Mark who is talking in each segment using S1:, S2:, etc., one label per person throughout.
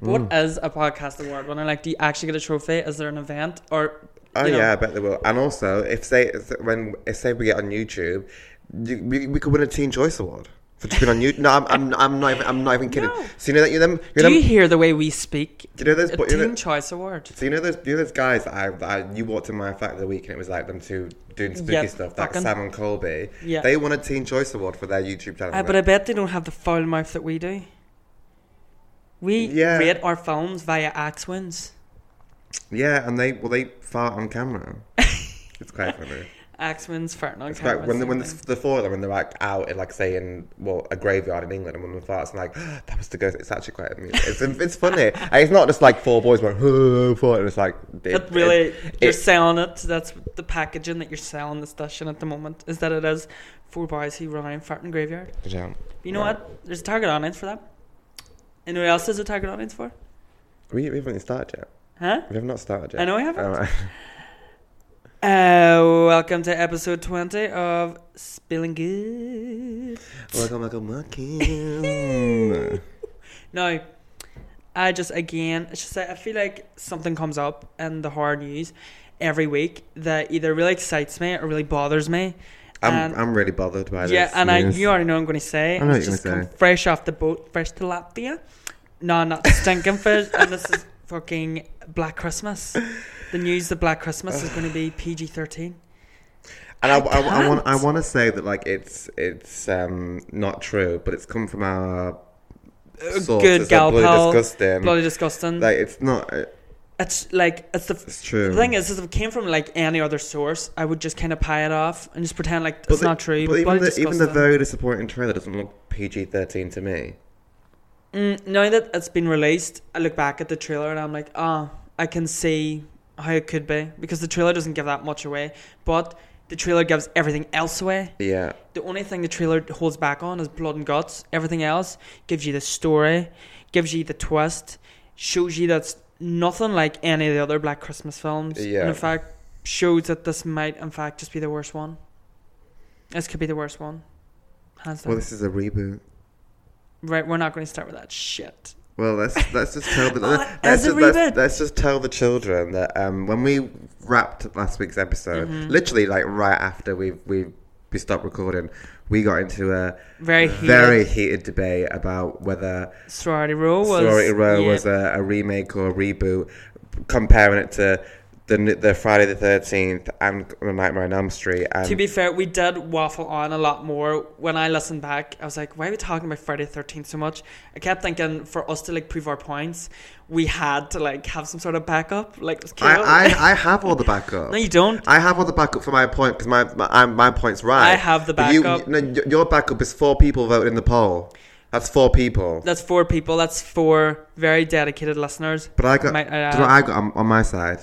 S1: What
S2: Mm.
S1: is a podcast award winner? Like, do you actually get a trophy? Is there an event or?
S2: Oh
S1: you know,
S2: yeah, I bet they will. And also, if say when if say we get on YouTube, you, we, we could win a Teen Choice Award for just being on YouTube. No, I'm, I'm, I'm not even I'm not even kidding.
S1: No.
S2: So you know that you're them.
S1: Do
S2: You're them
S1: you hear the way we speak?
S2: you know those-
S1: A
S2: but you know-
S1: Teen Choice Award.
S2: so you know those you know those guys that I, that I you walked in my flat the other week and it was like them two doing spooky
S1: Yeah,
S2: stuff like
S1: fucking-
S2: Sam and Colby.
S1: Yeah.
S2: They won a Teen Choice Award for their YouTube channel.
S1: Uh, but I bet they don't have the foul mouth that we do. We
S2: Yeah.
S1: rate our films via axe wins.
S2: yeah, and they well they fart on camera. it's quite funny.
S1: Axe wins, fart on
S2: It's like
S1: camera.
S2: when the,
S1: same
S2: when the,
S1: thing.
S2: the four of them when they're like out in like say in well a graveyard in England and one of them farts and like that was the ghost. It's actually quite amusing. It's, it's funny. and it's not just like four boys going oh, fart and it's like it,
S1: But really,
S2: it-
S1: you're
S2: it-
S1: selling it. That's the packaging that you're selling the station at the moment. Is that it is four boys who run around farting graveyard.
S2: Yeah.
S1: You know
S2: Right.
S1: what? There's a target audience for that. And who else is a target audience for?
S2: We, we haven't started yet.
S1: Huh?
S2: We have not started yet.
S1: I know I haven't.
S2: Alright.
S1: Uh, welcome to episode 20 of Spilling Good.
S2: welcome, welcome, welcome.
S1: Now, I just again, it's just that I feel like something comes up in the horror news every week that either really excites me or really bothers me.
S2: I'm
S1: And-
S2: I'm really bothered by this.
S1: yeah, and I,
S2: news.
S1: you already know what I'm going to say.
S2: I know what
S1: It's
S2: you're
S1: just
S2: gonna
S1: come
S2: say.
S1: fresh off the boat, fresh to Latvia. No, not stinking fish. And this is fucking Black Christmas. The news that Black Christmas is going to be PG 13.
S2: And
S1: I
S2: I, I, I, want I
S1: can't.
S2: want to say that like it's it's um not true, but it's come from our source.
S1: Good
S2: It's, like,
S1: gal
S2: bloody
S1: pal.
S2: disgusting.
S1: Bloody disgusting.
S2: Like it's not. uh, It,
S1: it's like, it's the.
S2: it's true.
S1: The thing is, is if it came from like any other source, I would just kind of pie it off and just pretend like it's
S2: the-
S1: not true.
S2: But even
S1: bloody
S2: the, even the
S1: disgusting.
S2: very disappointing trailer doesn't look PG thirteen to me.
S1: Mm, now that it's been released, I look back at the trailer and I'm like, ah, I can see how it could be because the trailer doesn't give that much away, but the trailer gives everything else away.
S2: Yeah,
S1: The only thing the trailer holds back on is blood and guts. Everything else gives you the story, gives you the twist, shows you that's nothing like any of the other Black Christmas films. And
S2: Yeah.
S1: in fact, shows that this might, in fact, just be the worst one. This could be the worst one. Hands down.
S2: well, this is a reboot.
S1: right, we're not going to start with that shit.
S2: Well, let's let's just tell the
S1: Oh,
S2: let's,
S1: as a
S2: just, let's,
S1: reboot.
S2: let's just tell the children that um, when we wrapped last week's episode,
S1: Mm-hmm.
S2: literally like right after we we we stopped recording, we got into a
S1: Very heated.
S2: very heated debate about whether
S1: Sorority Row was
S2: Sorority Row
S1: yeah.
S2: was a, a remake or a reboot, comparing it to the n- the Friday the Thirteenth and Nightmare on Elm Street. And
S1: To be fair, we did waffle on a lot more. When I listened back, I was like, "Why are we talking about Friday the Thirteenth so much?" I kept thinking for us to like prove our points, we had to like have some sort of backup. Like, it was cute.
S2: I, I, I have all the backup.
S1: no, you don't.
S2: I have all the backup for my point because my, my I'm- my point's right.
S1: I have the
S2: But you-
S1: backup.
S2: no, y- your backup is four people voting in the poll. That's four people.
S1: That's four people. That's four very dedicated listeners.
S2: but I got.
S1: Might I
S2: do you know
S1: add?
S2: what I got on, on my side?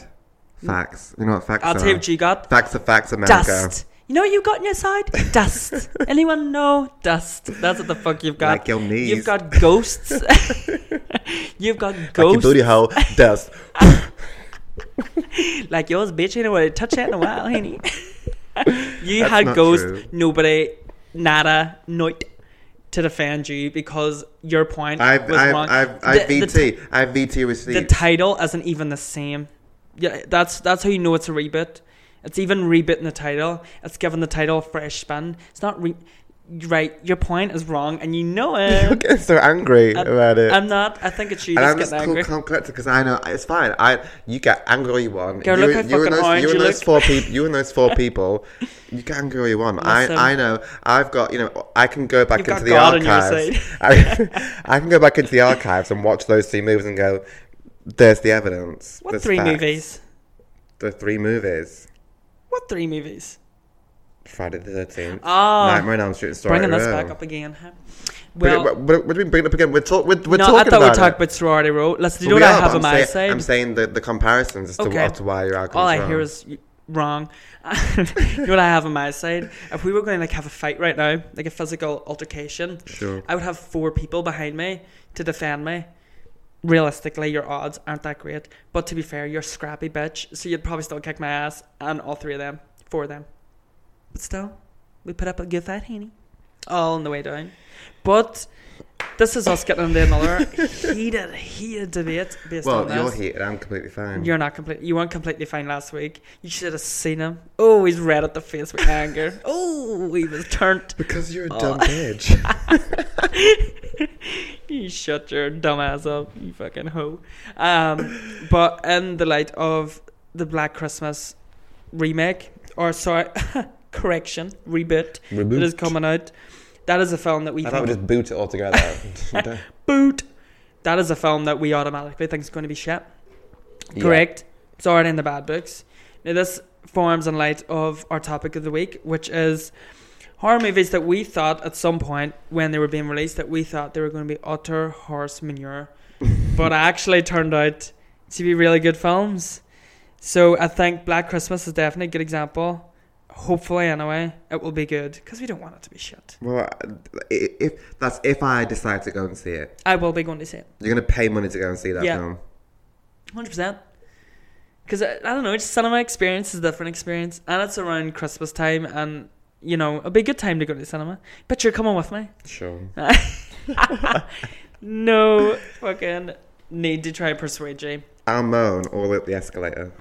S2: Facts. You know what facts
S1: I'll
S2: are?
S1: tell you what you got.
S2: Facts are facts, America.
S1: Dust. You know what you got on your side? Dust. Anyone know? Dust. That's what the fuck you've got.
S2: Like your knees.
S1: You've got ghosts. you've got
S2: Like your
S1: ghosts.
S2: booty hole. Dust.
S1: Like yours, bitch. Ain't nobody touch that in a while, ain't he? you
S2: That's
S1: had
S2: not
S1: ghost,
S2: true.
S1: nobody, nada, noit to defend you because your point
S2: I
S1: was
S2: I
S1: wrong.
S2: I I
S1: the,
S2: VT.
S1: the, t-
S2: I VT
S1: the
S2: received.
S1: title isn't even the same. Yeah, that's that's how you know it's a reboot. It's even rebooting the title. It's giving the title a fresh spin. It's not re- right. Your point is wrong, and you know
S2: You're
S1: it.
S2: getting so angry about it.
S1: I'm not. I think it's you
S2: and
S1: that's getting
S2: I'm just
S1: angry.
S2: cool, calm, collected because I know it's fine. I you get angry all you want.
S1: Girl,
S2: you,
S1: look how
S2: you
S1: fucking
S2: and those,
S1: orange
S2: you and
S1: you
S2: those
S1: look.
S2: four people. You and those four people. You get angry all you want.
S1: Listen.
S2: I I know. I've got you know. I can go back
S1: You've
S2: into
S1: got
S2: the
S1: God on your
S2: archives. I, I can go back into the archives and watch those three movies and go. There's the evidence.
S1: What
S2: There's
S1: three
S2: facts."
S1: movies?
S2: The three movies.
S1: What three movies?
S2: Friday the Thirteenth.
S1: Oh.
S2: Nightmare on Elm Street. and Story
S1: Bringing this
S2: Row.
S1: back up again. huh?
S2: Bring it-
S1: Well,
S2: what, what, what do we bring it up again? We're, talk, we're, we're
S1: no, I
S2: talking
S1: thought we
S2: about
S1: talked
S2: it.
S1: about sorority row. Let's do
S2: But
S1: you
S2: we
S1: know what
S2: are,
S1: I have on
S2: but I'm
S1: my
S2: saying,
S1: side.
S2: I'm saying the, the comparisons as to,
S1: Okay.
S2: as to why your alcohol
S1: All
S2: is
S1: I
S2: wrong.
S1: hear is y- wrong. you know what I have on my side? If we were going to like have a fight right now, like a physical altercation,
S2: Sure.
S1: I would have four people behind me to defend me. Realistically, your odds aren't that great. But to be fair, you're a scrappy bitch, so you'd probably still kick my ass and all three of them, four of them. But still, we put up a good fight, Haney. All on the way down. But This is us getting into another heated, heated debate based on
S2: Well,
S1: this.
S2: you're heated. I'm completely fine.
S1: You're not complete. You weren't completely fine last week. You should have seen him. Oh, he's red at the face with anger. Oh, he was turned.
S2: because you're a
S1: Oh.
S2: dumb bitch.
S1: You shut your dumb ass up, you fucking hoe. Um, but in the light of the Black Christmas remake, or sorry, correction, reboot that is
S2: Reboot.
S1: coming out, that is a film that we
S2: I
S1: think
S2: thought we just boot it all together. Don't-
S1: boot. That is a film that we automatically think is going to be shit.
S2: Yeah.
S1: Correct. It's already in the bad books. Now, this forms in light of our topic of the week, which is horror movies that we thought at some point when they were being released that we thought they were going to be utter horse manure, but actually turned out to be really good films. So I think Black Christmas is definitely a good example. Hopefully, anyway, it will be good because we don't want it to be shit.
S2: Well, i- if that's if I decide to go and see it,
S1: I will be going to see it.
S2: you're gonna pay money to go and see that
S1: Yeah.
S2: film.
S1: Hundred percent. Because I don't know, just cinema experience is a different experience, and it's around Christmas time, and you know, it'd be a good time to go to the cinema. But you're coming with me.
S2: Sure.
S1: No fucking need to try and persuade you.
S2: I'll moan all up the escalator.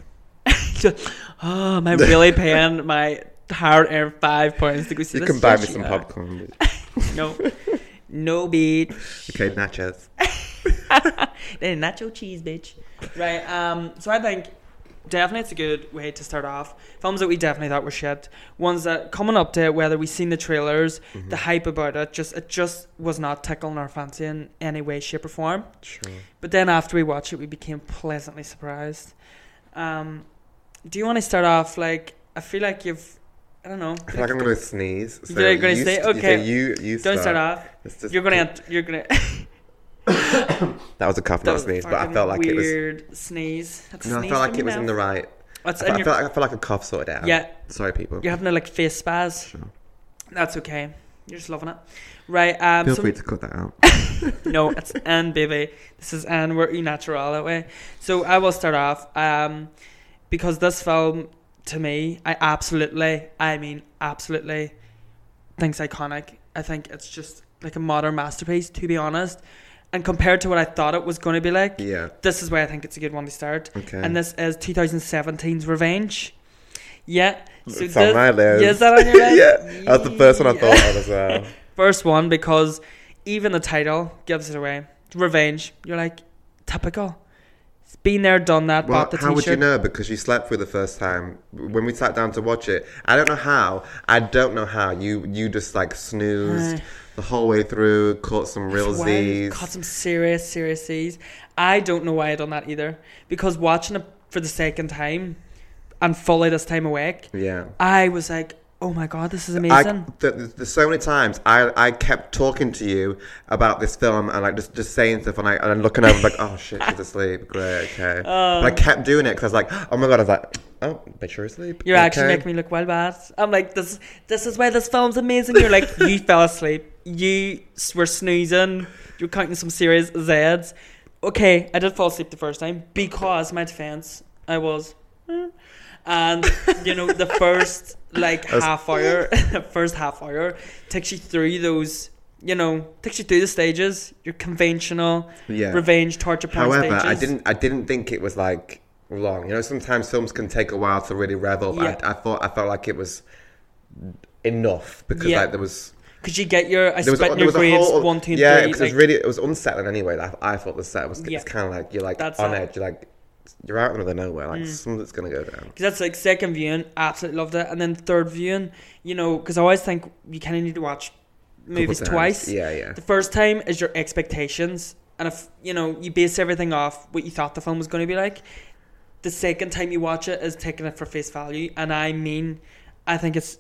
S1: Oh, am I really paying my hard-earned five pounds to go see
S2: you
S1: this?
S2: can buy me
S1: Yes, you
S2: some
S1: are.
S2: popcorn.
S1: No, no beat.
S2: okay, nachos.
S1: Then nacho cheese, bitch. Right. Um. So I think definitely it's a good way to start off. Films that we definitely thought were shit. Ones that coming up to it, whether we seen the trailers,
S2: Mm-hmm.
S1: the hype about it, just it just was not tickling our fancy in any way, shape, or form.
S2: Sure.
S1: But then after we watched it, we became pleasantly surprised. Um. Do you want to start off like? I feel like you've. I don't know.
S2: I feel like I'm gonna sneeze. So
S1: You're gonna
S2: you
S1: say-
S2: st- so
S1: okay.
S2: You, you
S1: Don't start off.
S2: It's just-
S1: You're gonna. ent- You're gonna.
S2: That was a cough,
S1: That
S2: not a
S1: was a
S2: sneeze. But I
S1: fucking
S2: felt like it was.
S1: weird sneeze. That's a
S2: No, I
S1: sneeze
S2: felt
S1: from
S2: like
S1: your
S2: it was in the
S1: mouth.
S2: right.
S1: That's
S2: I
S1: in
S2: felt, I
S1: your
S2: felt like I felt like a cough sorted out.
S1: Yeah.
S2: Sorry, people.
S1: You're having a like face spaz.
S2: Sure.
S1: That's okay. You're just loving it, right? Um,
S2: Feel
S1: so-
S2: free to cut that out.
S1: no, it's Anne, baby. This is Anne. We're e natural that way. So I will start off um, because this film, to me, I absolutely, I mean, absolutely, thinks iconic. I think it's just like a modern masterpiece, to be honest. And compared to what I thought it was going to be like,
S2: yeah.
S1: this is why I think it's a good one to start.
S2: Okay.
S1: And this is 2017's Revenge. Yeah. So
S2: it's on
S1: this-
S2: my list.
S1: Yeah, is that on your list?
S2: yeah. That was the first one I thought of as well.
S1: First one because even the title gives it away. Revenge. You're like typical. It's been there, done that.
S2: Well,
S1: bought the
S2: how would you
S1: t-shirt.
S2: know? Because you slept through the first time when we sat down to watch it. I don't know how. I don't know how you you just like snoozed
S1: Aye.
S2: the whole way through, caught some real
S1: That's wild.
S2: Z's.
S1: Caught some serious, serious Z's. I don't know why I done that either because watching it for the second time and fully this time awake,
S2: Yeah.
S1: I was like, oh my god, this is
S2: I,
S1: amazing.
S2: th- th- there's so many times I, I kept talking to you about this film and like just, just saying stuff and I and I'm looking over like oh shit she's asleep great okay but
S1: Um,
S2: I kept doing it because I was like oh my god I was like oh bitch you're asleep
S1: You're actually
S2: okay."
S1: making me look well bad. I'm like, this this is why this film's amazing. You're like, you fell asleep. You s- were snoozing. You're counting some serious Zs. Okay, I did fall asleep the first time because my defense, I was. "Mm." And you know the first like
S2: That's-
S1: half hour, first half hour takes you through those, you know, takes you through the stages. Your conventional
S2: yeah
S1: revenge torture porn
S2: However,
S1: stages.
S2: I didn't. I didn't think it was like long. You know, sometimes films can take a while to really revel. But
S1: Yeah.
S2: I, I thought. I felt like it was enough because
S1: Yeah.
S2: like there was
S1: because you get your I
S2: there was
S1: spit in your
S2: there was a
S1: graves
S2: whole
S1: one, two, and
S2: yeah
S1: three.
S2: because it
S1: like-
S2: was really it was unsettling anyway. I, I thought the set was
S1: Yeah.
S2: it's kind of like you're like
S1: That's Mm.
S2: on
S1: it.
S2: edge. You're like you're out in the middle of nowhere. Like something's gonna go down.
S1: Because that's like second viewing, absolutely loved it, and then third viewing, you know, because I always think you kind of need to watch
S2: Couple
S1: movies
S2: times.
S1: twice.
S2: Yeah, yeah.
S1: The first time is your expectations, and if you know you base everything off what you thought the film was going to be like, the second time you watch it is taking it for face value, and I mean, I think it's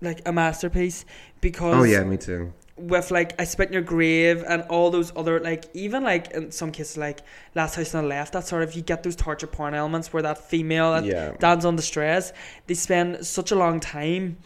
S1: like a masterpiece because
S2: Oh yeah, me too.
S1: with like I Spit in Your Grave and all those other like even like in some cases like Last House on the Left, that sort of you get those torture porn elements where that female that
S2: Yeah.
S1: Dan's on the stress, they spend such a long time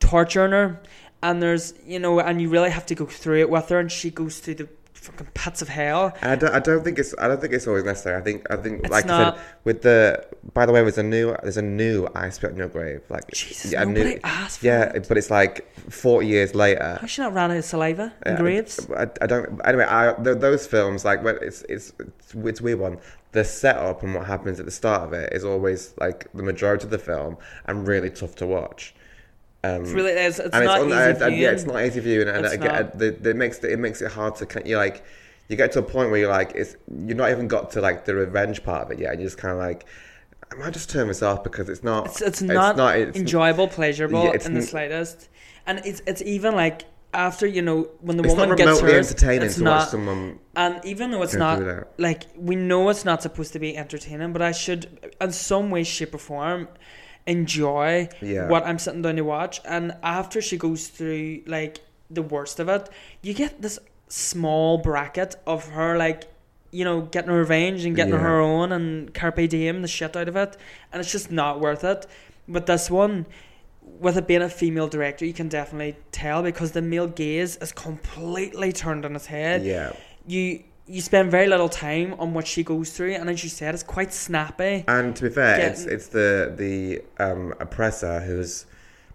S1: torturing her and there's you know, and you really have to go through it with her and she goes through the fucking pits of hell.
S2: I don't, I don't think it's I don't think it's always necessary. I think I think
S1: It's
S2: like I
S1: not.
S2: said, with the by the way, there's a new there's a new I spit on your grave like
S1: Jesus,
S2: a new-
S1: nobody asked for
S2: yeah, but it's like 40 years later.
S1: Has she not ran out of saliva and
S2: Yeah,
S1: graves?
S2: I, I don't. Anyway, I, th- those films like when it's it's it's it's a weird one. The setup and what happens at the start of it is always like the majority of the film and really tough to watch. Um,
S1: It's really it's, it's
S2: and
S1: not
S2: on-
S1: easy.
S2: and- and, yeah,
S1: viewing.
S2: it's not easy viewing, and
S1: It's
S2: I get-
S1: not.
S2: I- the, the makes the, it makes it hard to you like you get to a point where you're like it's you're not even got to like the revenge part of it yet. And you're just kind of like, I might just turn this off because it's not
S1: It's, it's not,
S2: it's-
S1: enjoyable, pleasurable
S2: yeah, it's
S1: in the
S2: n-
S1: slightest. And it's it's even like after you know when the
S2: It's
S1: woman
S2: not
S1: gets
S2: remotely
S1: hers,
S2: entertaining
S1: it's
S2: to
S1: not.
S2: watch someone.
S1: and even though it's
S2: go
S1: not
S2: through that.
S1: like we know it's not supposed to be entertaining, but I should in some way, shape, or form enjoy
S2: Yeah.
S1: what I'm sitting down to watch. And after she goes through like the worst of it, you get this small bracket of her like you know getting her revenge and getting
S2: Yeah.
S1: her own and carpe diem the shit out of it, and it's just not worth it. But this one. With it being a female director, you can definitely tell because the male gaze is completely turned on its head
S2: Yeah.
S1: you you spend very little time on what she goes through, and as you said, it's quite snappy.
S2: And to be fair,
S1: Yeah.
S2: it's it's the the um, oppressor who's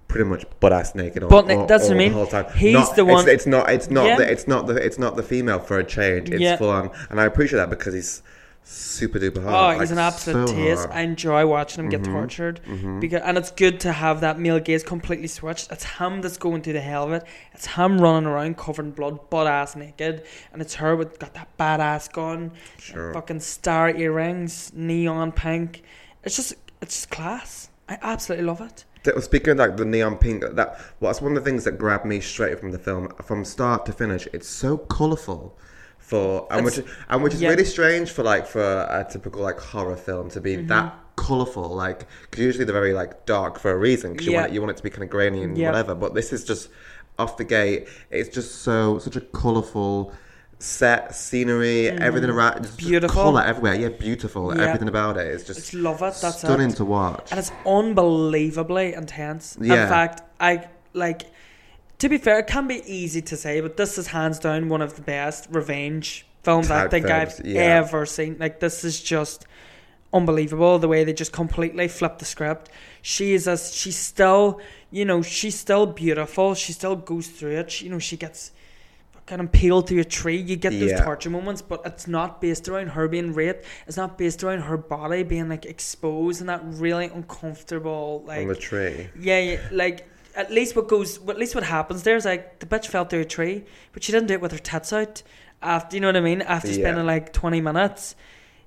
S2: pretty much butt ass naked all,
S1: Butt na-
S2: all-
S1: that's what I
S2: all
S1: mean.
S2: the whole time.
S1: He's
S2: Not-
S1: the one-
S2: It's, it's not. It's not.
S1: Yeah.
S2: The, it's not the. It's not the female for a change. It's
S1: Yeah.
S2: full on, and I appreciate that because he's super duper
S1: Oh,
S2: hard.
S1: he's an absolute taste. I enjoy watching him get tortured, because and it's good to have that male gaze completely switched. It's him that's going through the hell of it. It's him running around covered in blood, butt ass naked, and it's her with got that badass gun,
S2: Sure.
S1: fucking star earrings, neon pink. It's just it's just class. I absolutely love it.
S2: That was Speaking of like the neon pink, that was one of the things that grabbed me straight from the film, from start to finish. It's so colourful, for and
S1: It's-
S2: which and which is
S1: yeah.
S2: really strange for like for a typical like horror film to be that
S1: Mm-hmm.
S2: colourful. Like 'cause usually they're very like dark for a reason because you
S1: Yeah.
S2: want it, you want it to be kind of grainy and
S1: Yeah.
S2: whatever. But this is just off the gate. It's just so such a colourful set, scenery, everything around, just,
S1: Mm-hmm. Beautiful.
S2: colour everywhere. Yeah, beautiful.
S1: Yeah.
S2: Everything about it is
S1: It's
S2: just
S1: love it. That's
S2: stunning
S1: it.
S2: to watch.
S1: and it's unbelievably intense.
S2: Yeah.
S1: In fact, I like. To be fair, it can be easy to say, but this is hands down one of the best revenge films I
S2: Type
S1: think I've
S2: films, yeah.
S1: ever seen. Like this is just unbelievable the way they just completely flip the script. She is as she's still, you know, she's still beautiful. She still goes through it. She, you know, she gets fucking impaled through a tree. You get those
S2: Yeah.
S1: torture moments, but it's not based around her being raped. It's not based around her body being like exposed and that really uncomfortable like
S2: on the tree.
S1: yeah, yeah, like at least what goes, at least what happens there is like the bitch fell through a tree, but she didn't do it with her tits out. After you know what I mean? After
S2: Yeah.
S1: spending like twenty minutes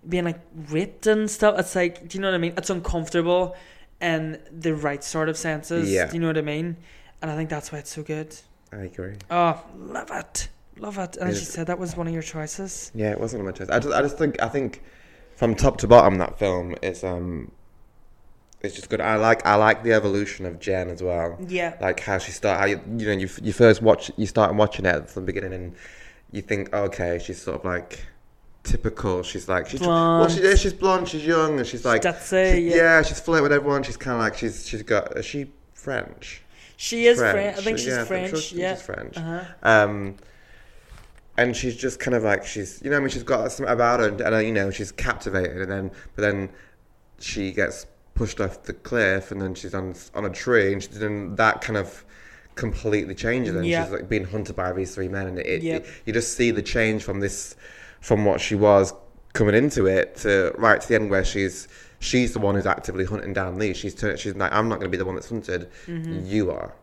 S1: being like ripped and stuff, it's like do you know what I mean? It's uncomfortable in the right sort of senses.
S2: Yeah.
S1: Do you know what I mean? And I think that's why it's so good.
S2: I agree.
S1: Oh, love it, love it. And as you
S2: Yes.
S1: said, that was one of your choices.
S2: Yeah, it wasn't on my choice. I just, I just think, I think, from top to bottom, that film is, um, it's just good. I like, I like the evolution of Jen as well.
S1: Yeah.
S2: Like how she start, how you, you know, you, f- you first watch, you start watching it from the beginning, and you think, okay, she's sort of like typical. She's like, she's well, she
S1: Blonde.
S2: is. She's blonde. She's young, and she's like,
S1: That's it,
S2: she-
S1: yeah.
S2: yeah, she's flirting with everyone. She's kind of like, she's, she's got, is she French?
S1: She is French. I think she's
S2: yeah, I'm sure
S1: French.
S2: she-
S1: yeah.
S2: she's French.
S1: Uh-huh.
S2: Um, and she's just kind of like she's, you know, I mean, she's got something about her, and, and uh, you know, she's captivated, and then but then she gets pushed off the cliff, and then she's on on a tree, and she's then that kind of completely changes, and
S1: Yeah.
S2: she's like being hunted by these three men, and it,
S1: Yeah.
S2: it you just see the change from this from what she was coming into it to right to the end where she's she's the one who's actively hunting down these. She's turn, she's like, I'm not going to be the one that's hunted.
S1: Mm-hmm.
S2: You are.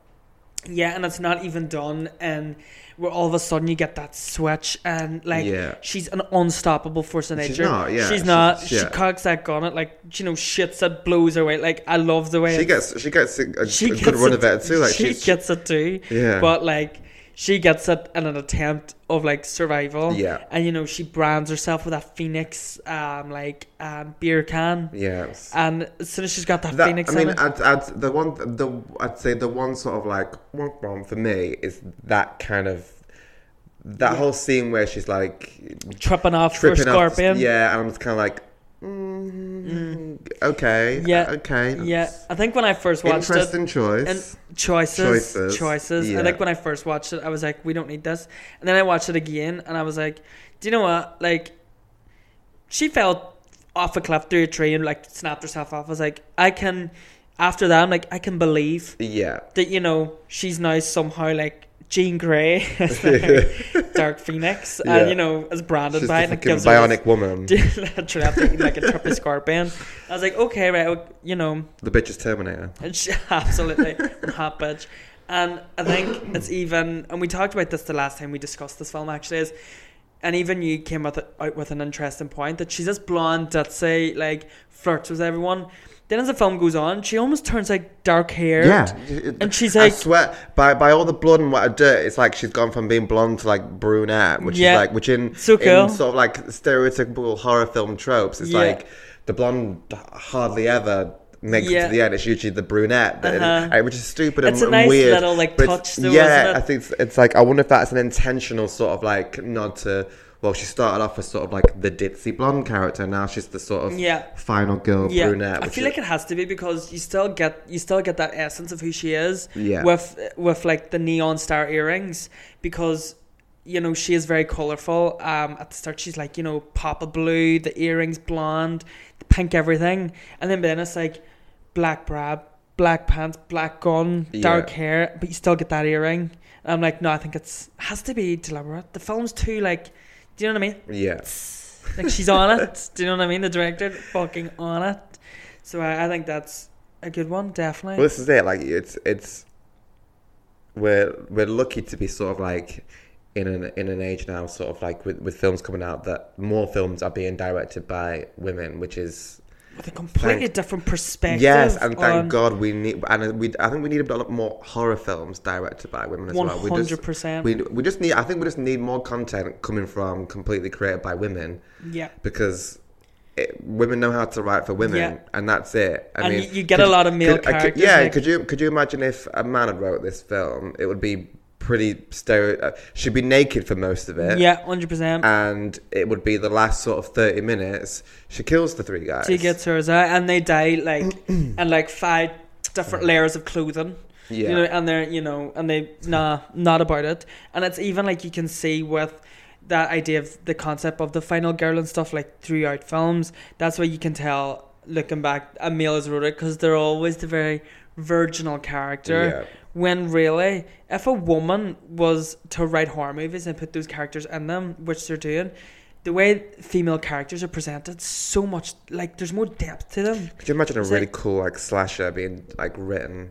S1: Yeah, and it's not even done, and where all of a sudden you get that switch, and like
S2: Yeah.
S1: she's an unstoppable force of nature.
S2: She's not, yeah,
S1: she's
S2: she's-
S1: not. She
S2: yeah.
S1: cocks that gun at like you know shits that blows her away. Like I love the way
S2: She
S1: it's-
S2: gets she gets a, a
S1: she
S2: good run of it too. Like
S1: she
S2: she's,
S1: gets it too.
S2: Yeah.
S1: But like she gets it in an attempt of like survival.
S2: Yeah.
S1: And you know she brands herself with that phoenix, um, like um, beer can,
S2: yes.
S1: and as soon as she's got that,
S2: That-
S1: phoenix,
S2: I mean, uh,
S1: in it,
S2: I'd, I'd, the one the I'd say the one sort of like womp womp for me is that kind of that whole scene where she's like
S1: tripping off for
S2: tripping off.
S1: scorpion.
S2: Yeah, and I'm just kind of like, Mm, Okay.
S1: Yeah.
S2: Okay.
S1: Yeah, I think when I first watched it,
S2: Interesting choice.
S1: and choices,
S2: Choices.
S1: choices.
S2: Yeah.
S1: I think when I first watched it, I was like, we don't need this. And then I watched it again, and I was like, do you know what? Like, she fell off a cliff through a tree and like snapped herself off. I was like, I can. After that, I'm like, I can believe
S2: yeah.
S1: that you know she's now somehow like Jean Grey, as, like, Dark Phoenix,
S2: Yeah.
S1: and you know is branded
S2: She's
S1: by it.
S2: a
S1: and it
S2: fucking
S1: gives her this-
S2: bionic woman.
S1: literally after eating, like a triple scorpion. I was like, okay, right, well, you know,
S2: The bitch is Terminator.
S1: and she- absolutely I'm a hot bitch. And I think it's even, and we talked about this the last time we discussed this film actually is, and even you came with, out with an interesting point that she's this blonde ditzy, like flirts with everyone. Then as the film goes on, she almost turns like dark haired.
S2: Yeah.
S1: And she's
S2: I
S1: like,
S2: swear, by by all the blood and what I dirt, it's like she's gone from being blonde to like brunette, which
S1: Yeah.
S2: is like which in,
S1: So cool.
S2: in sort of like stereotypical horror film tropes, it's
S1: Yeah.
S2: like the blonde hardly ever makes it
S1: Yeah.
S2: to the end. It's usually the brunette, that-
S1: Uh-huh.
S2: uh, which is stupid and,
S1: It's a
S2: and
S1: nice
S2: weird.
S1: little, like,
S2: but it's-
S1: touch though,
S2: yeah,
S1: isn't it?
S2: I think it's, it's like I wonder if that's an intentional sort of like nod to. Well, she started off as sort of like the ditzy blonde character. Now she's the sort of
S1: Yeah.
S2: final girl
S1: yeah,
S2: brunette.
S1: I
S2: which
S1: feel
S2: is-
S1: like it has to be because you still get you still get that essence of who she is
S2: Yeah.
S1: with with like the neon star earrings because you know she is very colorful. Um, at the start she's like you know papa blue, the earrings blonde, the pink everything, and then then it's like black bra, black pants, black gun, dark
S2: Yeah.
S1: hair, but you still get that earring. And I'm like, no, I think it's has to be deliberate. The film's too like, do you know what I mean?
S2: yeah.
S1: Like she's on it. Do you know what I mean? The director fucking on it. So I, I think that's a good one, definitely.
S2: Well, this is it. Like it's it's we're we're lucky to be sort of like in an in an age now, sort of like with, with films coming out that more films are being directed by women, which is
S1: With a completely
S2: thank-
S1: different perspective.
S2: yes, and thank
S1: on
S2: God we need and we I think we need a lot more horror films directed by women as
S1: One
S2: well. We just-
S1: hundred percent.
S2: We, we just need I think we just need more content coming from completely created by women
S1: Yeah.
S2: because it, women know how to write for women
S1: Yeah.
S2: and that's it. I
S1: and
S2: mean,
S1: you, you get
S2: could-
S1: a lot of male
S2: could- I could-
S1: characters.
S2: yeah,
S1: like-
S2: could you could you imagine if a man had wrote this film? It would be pretty stereo. Uh, she'd be naked for most of it.
S1: yeah, hundred percent.
S2: And it would be the last sort of thirty minutes. She kills the three guys.
S1: She gets hers out, and they die like and like five different layers of clothing.
S2: yeah.
S1: You know, and they're you know, and they nah, not about it. And it's even like you can see with that idea of the concept of the final girl and stuff like throughout films. That's why you can tell looking back a male is wrote it because they're always the very virginal character.
S2: yeah.
S1: When really, if a woman was to write horror movies and put those characters in them, which they're doing. The way female characters are presented, so much like there's more depth to them.
S2: Could you imagine a
S1: It's
S2: really
S1: like-
S2: cool like slasher being like written,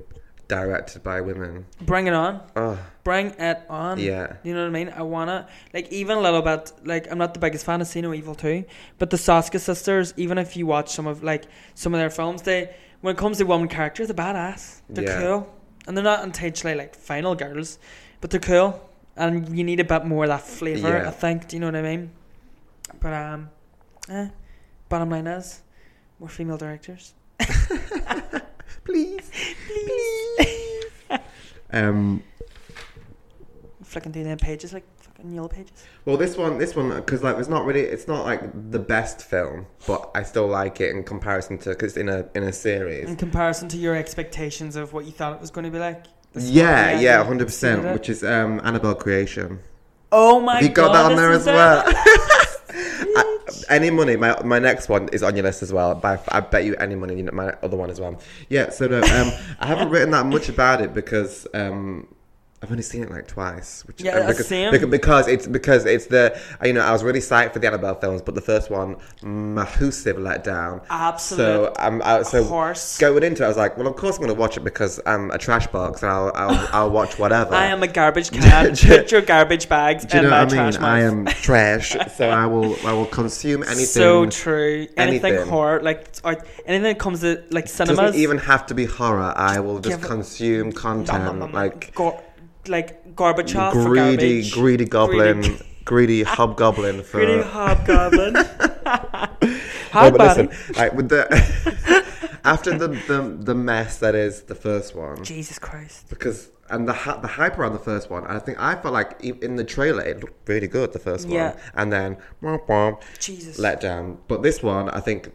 S2: directed by women?
S1: Bring it on,
S2: Oh
S1: bring it on.
S2: yeah.
S1: You know what I mean? I wanna like even a little bit like I'm not the biggest fan of See No Evil too, but the Saska sisters, even if you watch some of like some of their films, they when it comes to woman character, they're badass. They're
S2: Yeah.
S1: cool. And they're not intentionally like final girls, but they're cool. And you need a bit more of that flavour,
S2: Yeah.
S1: I think, do you know what I mean? But um eh, bottom line is more female directors.
S2: Please, please. um.
S1: Flicking through their pages like fucking yellow pages.
S2: Well, this one, this one, because like it's not really, it's not like the best film, but I still like it in comparison to because it's in a in a series.
S1: In comparison to your expectations of what you thought it was gonna be like. This is what
S2: Yeah,
S1: the
S2: yeah,
S1: idea-
S2: hundred
S1: seen
S2: percent.
S1: it?
S2: Which is um Annabelle Creation.
S1: Oh my
S2: you
S1: god!
S2: got that on
S1: this
S2: there
S1: is
S2: as
S1: it.
S2: well. I- any money, my my next one is on your list as well. But I, I bet you any money, you know, my other one as well. Yeah. So no, um, I haven't written that much about it because um, I've only seen it like twice. Which
S1: Yeah,
S2: uh, because,
S1: same.
S2: beca- because it's because it's the you know I was really psyched for the Annabelle films, but the first one massive letdown.
S1: Absolute
S2: So I'm out. So
S1: horse.
S2: going into it, I was like, well, of course I'm going to watch it because I'm a trash box and I'll I'll, I'll watch whatever.
S1: I am a garbage can.
S2: Do you-
S1: Put your garbage bags
S2: Do
S1: in
S2: you know
S1: my
S2: what I mean?
S1: trash
S2: I
S1: mouth.
S2: am trash, so I will I will consume anything.
S1: so true. Anything,
S2: anything.
S1: horror, like it's art, anything that comes to like cinemas.
S2: doesn't even have to be horror. I will just
S1: give it-
S2: consume
S1: Nom,
S2: content
S1: nom, nom, nom.
S2: like
S1: Gor- like garbage off for
S2: greedy,
S1: garbage.
S2: greedy goblin, greedy, hobgoblin for.
S1: Greedy hobgoblin.
S2: No,
S1: Hard
S2: but
S1: body.
S2: listen, like with the after the, the the mess that is the first one,
S1: Jesus Christ.
S2: because and the hy- the hype around the first one, I think I felt like e- in the trailer it looked really good the first
S1: Yeah.
S2: one, and then womp womp,
S1: Jesus.
S2: let down. But this one, I think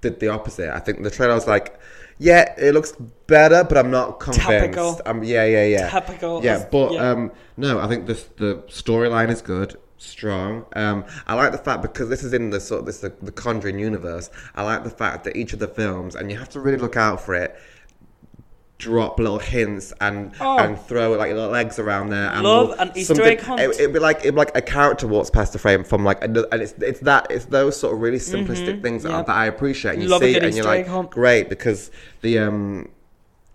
S2: did the opposite. I think the trailer was like, yeah, it looks better, but I'm not convinced.
S1: Topical.
S2: Um, yeah, yeah, yeah.
S1: Topical is-
S2: Yeah, but
S1: yeah.
S2: um, no, I think this the storyline is good, strong. Um, I like the fact because this is in the sort of this the, the Conjuring universe. I like the fact that each of the films, and you have to really look out for it. Drop little hints and
S1: Oh.
S2: and throw like little eggs around there. And
S1: Love
S2: little
S1: an Easter
S2: something-
S1: egg hunt.
S2: It, it'd be like it'd be like a character walks past the frame from like another, and it's it's that it's those sort of really simplistic things that,
S1: Mm-hmm. yep.
S2: that I appreciate. And you
S1: Love a
S2: see
S1: good
S2: it and you're
S1: Easter
S2: like,
S1: egg hunt.
S2: great because the um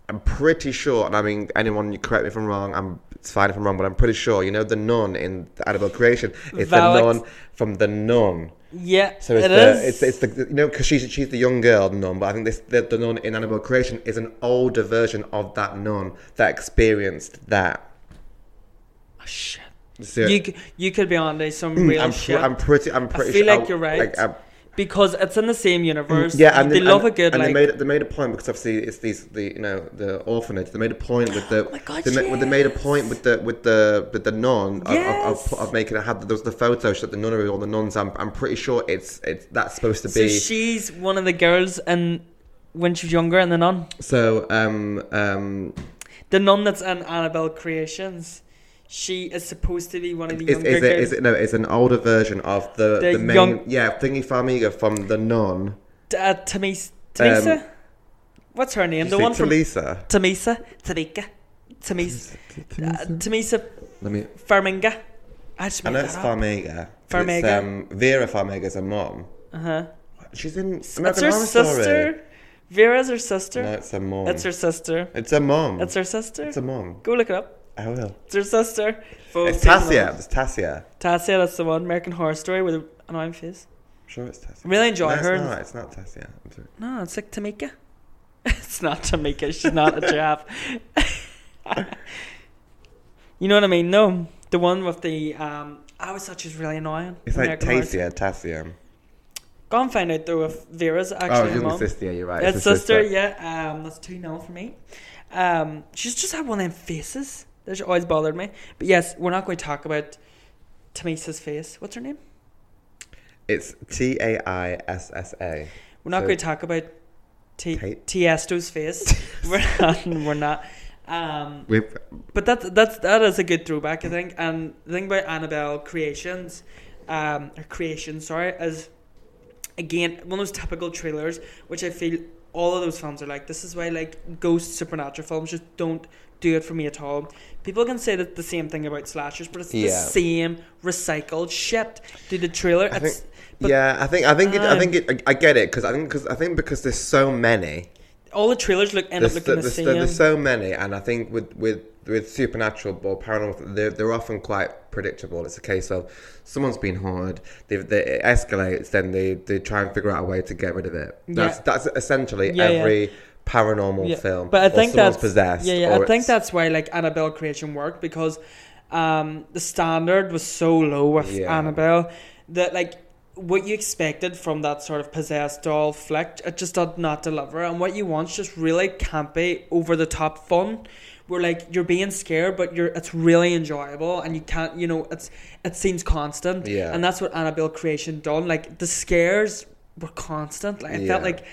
S2: I'm pretty sure, and I mean, anyone, you correct me if I'm wrong. I'm it's fine if I'm wrong, but I'm pretty sure. You know, the nun in the Annabelle creation. It's
S1: Valak-
S2: the nun from the nun.
S1: Yeah,
S2: So it's
S1: it
S2: the
S1: is.
S2: it's it's the you know because she's she's the young girl nun, but I think this the, the nun in Annabelle creation is an older version of that nun that experienced that.
S1: Oh, shit.
S2: So Hmm,
S1: You c- you could be on to some real
S2: Mm, I'm,
S1: shit.
S2: pr- I'm pretty. I'm
S1: I
S2: pretty.
S1: feel
S2: sure
S1: like you're right
S2: I'm-
S1: because it's in the same universe.
S2: Yeah, and
S1: they
S2: then-
S1: love
S2: and,
S1: a good
S2: and
S1: like.
S2: they made they made a point because obviously it's these the you know the orphanage. They made a point with the.
S1: Oh my God,
S2: they, ma- well, they made a
S1: yes.
S2: point with the with the with the nun of-
S1: Yes.
S2: of, of, of making it have there was the photo shot the nunnery all the nuns. I'm, I'm pretty sure it's it's that's supposed to
S1: so
S2: be.
S1: she's one of the girls, and when she's younger, and the nun,
S2: So um um
S1: the nun that's in Annabelle Creations, she is supposed to be one of the
S2: is,
S1: younger
S2: is it
S1: girls.
S2: is it no it's an older version of the
S1: The
S2: the, main
S1: young-
S2: yeah thingy farmiga from the nun.
S1: T- uh, Tamis- Tamisa, what's her name?
S2: um, You
S1: The
S2: see,
S1: one from
S2: Talisa.
S1: Tamisa, Tamika, Tamis, uh, Tamisa
S2: Let me.
S1: Farminga. I just
S2: I
S1: made
S2: know it's
S1: that up.
S2: Farmiga. It's,
S1: Farmiga.
S2: um, Vera Farmiga's a mom.
S1: Uh huh.
S2: She's in
S1: That's
S2: American
S1: her
S2: Horror
S1: sister.
S2: Story.
S1: Vera's her sister.
S2: No, it's a mom.
S1: That's her sister.
S2: It's a mom.
S1: That's her sister.
S2: It's a mom.
S1: Go look it up.
S2: I will.
S1: It's her sister. Folks,
S2: It's
S1: season
S2: Tassia.
S1: one.
S2: It's Tassia. I'm
S1: Tassia, that's the one. American Horror Story with an annoying face.
S2: sure it's Tassia.
S1: Really enjoy
S2: no,
S1: her.
S2: It's not. It's not Tassia. I'm sorry.
S1: No, it's like Tamika. it's not Tamika. She's not a giraffe. you know what I mean? No, the one with the um. I always thought she was really annoying.
S2: It's like
S1: American Horror Story.
S2: Tasia. Tassia.
S1: Go and find out though if Vera's
S2: Oh,
S1: actually
S2: it's
S1: her
S2: younger
S1: mom.
S2: sister. Yeah, you're right.
S1: That's
S2: it's her
S1: sister, yeah. Um, that's two now for me. Um, she's just had one of them faces that's always bothered me. But yes, we're not going to talk about Tamisa's face. What's her name?
S2: It's T A I S S A.
S1: We're not
S2: So-
S1: going to talk about T-
S2: Tate?
S1: Tiesto's face. we're not. We're not. Um,
S2: We've
S1: but that that's that is a good throwback, I think. And the thing about Annabelle creations, um, or creation, sorry, is again one of those typical trailers, which I feel all of those films are like. This is why like ghost supernatural films just don't do it for me at all. People can say that the same thing about slashers, but it's the
S2: Yeah.
S1: same recycled shit. Do the trailer?
S2: I
S1: It's, but
S2: yeah, I think I think it, I
S1: Ah.
S2: think it, I, I get it because I think because I think because there's so many.
S1: all the trailers look end up
S2: there's,
S1: looking the,
S2: there's-
S1: same.
S2: there's so many, and I think with with with supernatural or paranormal, they're, they're often quite predictable. It's a case of someone's been haunted, they, they, it escalates, then they, they try and figure out a way to get rid of it. That's that's essentially
S1: Yeah, yeah.
S2: every paranormal
S1: Yeah,
S2: film.
S1: But I
S2: or
S1: think
S2: someone's
S1: that's
S2: possessed.
S1: Yeah, yeah.
S2: or
S1: I think
S2: it's-
S1: that's why like Annabelle creation worked because um, the standard was so low with
S2: Yeah.
S1: Annabelle that like what you expected from that sort of possessed doll flick, it just did not deliver. And what you want's just really campy, over the top fun. Where like you're being scared, but you're it's really enjoyable, and you can't, you know, it's it seems constant,
S2: Yeah.
S1: And that's what Annabelle creation done. Like the scares were constant. Like I felt
S2: Yeah.
S1: like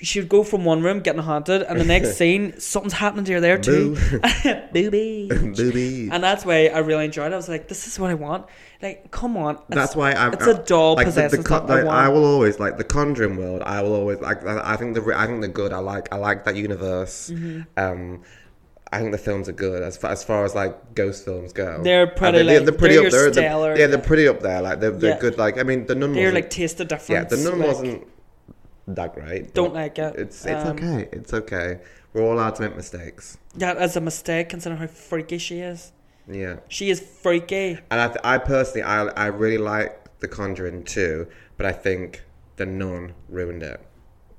S1: she'd go from one room getting haunted, and the next scene something's happening to her there too. Booby.
S2: Boobies.
S1: And that's why I really enjoyed it. I was like, this is what I want. Like, come on. It's-
S2: That's why I'm.
S1: it's a doll
S2: like,
S1: possessed.
S2: The, the,
S1: it's
S2: co-
S1: not
S2: like,
S1: a
S2: I
S1: wand.
S2: will always like the Conjuring world. I will always like. I I think the re- I think the good. I like. I like that universe.
S1: Mm-hmm.
S2: Um, I think the films are good as far as far as like ghost films go.
S1: They're
S2: And
S1: pretty, like, they're your stellar-
S2: yeah, they're pretty up there. Like they're, they're
S1: Yeah.
S2: good. Like I mean, the nun.
S1: They're
S2: wasn't-
S1: like taste the
S2: yeah,
S1: difference.
S2: the nun
S1: like,
S2: wasn't that great.
S1: Don't
S2: but
S1: like it.
S2: It's it's
S1: Um,
S2: okay. It's okay. We're all allowed to make mistakes.
S1: That is a mistake considering how freaky she is.
S2: Yeah.
S1: She is freaky.
S2: And I, th- I personally, I, I really like The Conjuring too, but I think The Nun ruined it.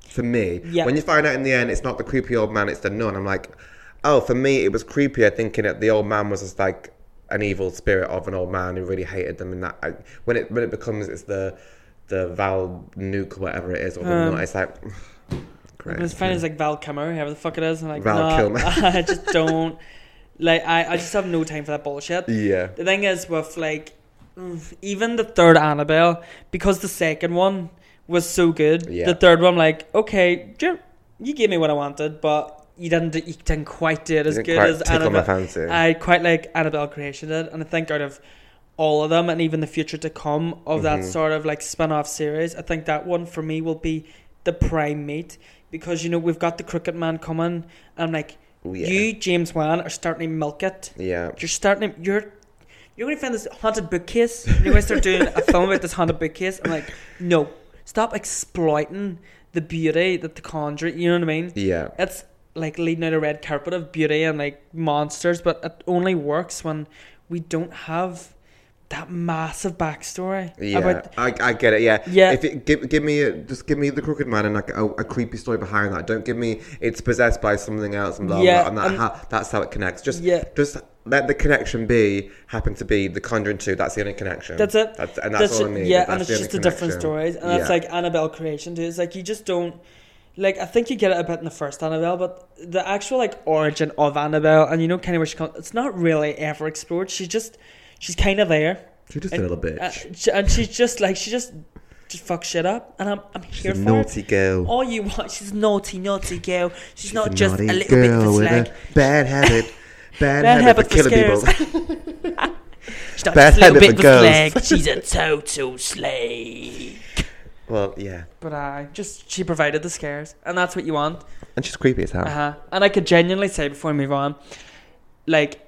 S2: For me,
S1: Yeah.
S2: when you find out in the end it's not the creepy old man, it's the nun, I'm like, oh, for me, it was creepier thinking that the old man was just like an evil spirit of an old man who really hated them. And that I, when it when it becomes it's the the Val Nuke, whatever it is, or the
S1: Um,
S2: nun, it's like, great.
S1: And it's funny, it's like Val Kilmer, whoever the fuck it is. And like,
S2: Val
S1: nah,
S2: Kilmer.
S1: I just don't. Like, I, I just have no time for that bullshit.
S2: Yeah.
S1: The thing is with like mm, even the third Annabelle, because the second one was so good.
S2: Yeah.
S1: The third one, like, okay, you, you gave me what I wanted, but you didn't, you didn't quite do it as
S2: Didn't
S1: good
S2: quite
S1: as
S2: tickle my
S1: Annabelle.
S2: fancy.
S1: I quite like Annabelle Creation did, and I think out of all of them, and even the future to come of that
S2: Mm-hmm.
S1: sort of like spin off series, I think that one for me will be the prime meat because you know we've got the Crooked Man coming, and I'm like,
S2: Oh, yeah.
S1: you James Wan are starting to milk it.
S2: yeah.
S1: You're starting. To, you're you're gonna find this haunted bookcase. and You're gonna start doing a film about this haunted bookcase. I'm like, no, stop exploiting the beauty that the Conjuring. You know what I mean?
S2: Yeah.
S1: It's like leading out a red carpet of beauty and like monsters, but it only works when we don't have that massive backstory
S2: Yeah,
S1: about
S2: I, I get it. Yeah,
S1: Yeah.
S2: If it, give give me a, just give me the crooked man and like a, a creepy story behind that. Don't give me it's possessed by something else and blah
S1: Yeah,
S2: blah. blah and,
S1: and-
S2: that, how, that's how it connects. Just
S1: Yeah.
S2: just let the connection be happen to be the Conjuring Two. That's the only connection.
S1: That's it.
S2: That's, and that's, all I
S1: ju-
S2: need.
S1: Yeah,
S2: That's
S1: and it's
S2: the only
S1: just the different
S2: connection.
S1: stories, and that's
S2: Yeah.
S1: like Annabelle creation too. It's like you just don't like. I think you get it a bit in the first Annabelle, but the actual like origin of Annabelle, and you know kind of where she comes. It's not really ever explored. She just she's kind of there,
S2: She's just
S1: and-
S2: a little bitch.
S1: uh, she- and she's just like she just just fuck shit up, and I'm I'm here
S2: She's a
S1: for
S2: naughty
S1: it.
S2: girl.
S1: All you want, she's a naughty, naughty girl. She's,
S2: She's
S1: not just a
S2: naughty
S1: little bit of a
S2: with
S1: slag.
S2: a bad habit. Bad,
S1: Bad
S2: habit for
S1: habit for
S2: killing people.
S1: She's not
S2: bad
S1: just a little
S2: habit
S1: bit of a
S2: for girls.
S1: slag. She's a total slag.
S2: well, yeah,
S1: But I just she provided the scares, and that's what you want.
S2: and she's creepy as hell.
S1: Uh huh. And I could genuinely say before we move on, like,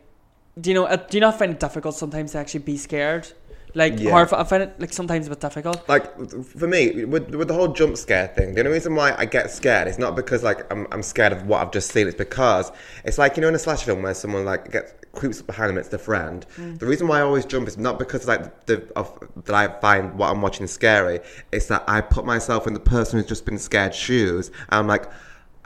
S1: do you know? Uh, do you not find it difficult sometimes to actually be scared? Like,
S2: Yeah.
S1: horrif- I find it like sometimes a bit difficult.
S2: like for me with, with the whole jump scare thing the only reason why i get scared is not because like I'm, I'm scared of what i've just seen it's because it's like you know in a slasher film where someone like gets creeps up behind them it's the friend
S1: Mm.
S2: the reason why i always jump is not because like the of that i find what i'm watching scary it's that i put myself in the person who's just been scared shoes and i'm like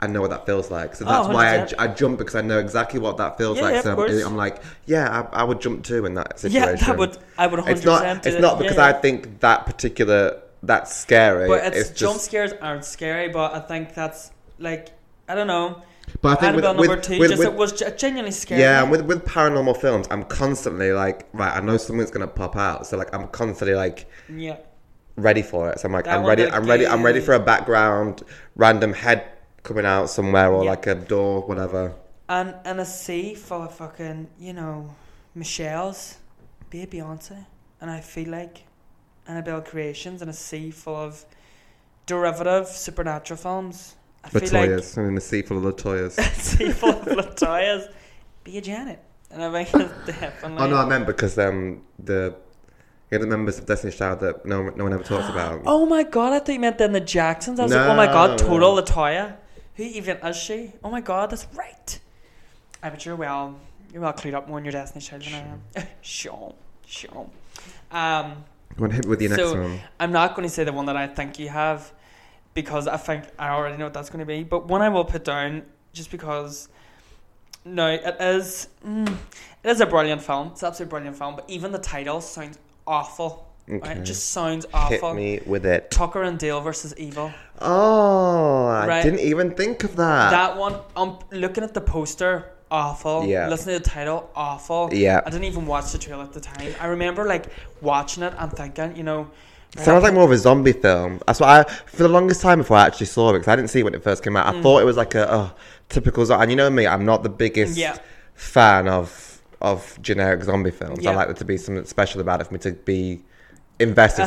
S2: I know what that feels like, so
S1: Oh,
S2: that's why I,
S1: 100%.
S2: I jump because I know exactly what that feels
S1: Yeah,
S2: like.
S1: yeah, of
S2: so
S1: course.
S2: I'm like, yeah, I, I would jump too in that
S1: Yeah,
S2: situation.
S1: that would- I would
S2: It's not.
S1: 100%
S2: It's
S1: do it.
S2: not
S1: Yeah,
S2: because
S1: yeah.
S2: I think that particular that's scary.
S1: But it's,
S2: just,
S1: jump scares aren't scary, but I think that's like I don't know.
S2: But I think with-
S1: Annabelle
S2: with-
S1: number two
S2: with-
S1: just
S2: with-
S1: it was ge- genuinely scary.
S2: Yeah, and with with paranormal films, I'm constantly like, right, I know something's gonna pop out, so like I'm constantly like
S1: yeah.
S2: ready for it. So I'm like,
S1: That
S2: I'm
S1: one
S2: ready,
S1: that
S2: I'm ready, I'm ready
S1: gave-
S2: for a background, random head coming out somewhere, or
S1: Yeah.
S2: like a door, whatever.
S1: And and a sea full of fucking you know Michelle's, be a Beyonce, and I feel like Annabelle creations and a sea full of derivative supernatural films. I feel like
S2: Latoya's, I'm in a sea full of Latoya's.
S1: a sea full of Latoya's, be a Janet, and I think it's definitely.
S2: oh no, I meant because um the you know, the members of Destiny's Child that no one- no one ever talks about.
S1: Oh my god, I thought you meant then the Jacksons. I was like, oh my
S2: No.
S1: god, total Latoya. Who even is she? Oh my god, that's right. I but you're well, you're well cleared up more in your Destiny's Child than I am. Sure, sure. Um,
S2: Go on, hit me with your next
S1: So-
S2: one.
S1: I'm not going to say the one that I think you have because I think I already know what that's going to be. But one I will put down just because. No, it is. Mm, it is a brilliant film. It's an absolutely brilliant film. But even the title sounds awful. Right?
S2: Okay.
S1: It just sounds
S2: hit
S1: awful.
S2: me with it.
S1: Tucker and Dale versus Evil.
S2: Oh, I
S1: Right.
S2: didn't even think of that.
S1: that one. I'm looking at the poster. Awful.
S2: Yeah.
S1: Listening to the title. Awful.
S2: Yeah.
S1: I didn't even watch the trailer at the time. I remember like watching it and thinking, you know. right,
S2: Sounds like more of a zombie film. That's what I for the longest time before I actually saw it because I didn't see it when it first came
S1: Mm.
S2: out. I thought it was like a oh, typical zombie. And you know me, I'm not the biggest
S1: Yeah.
S2: fan of of generic zombie films. I
S1: Yeah.
S2: like there to be something special about it for me to be invested.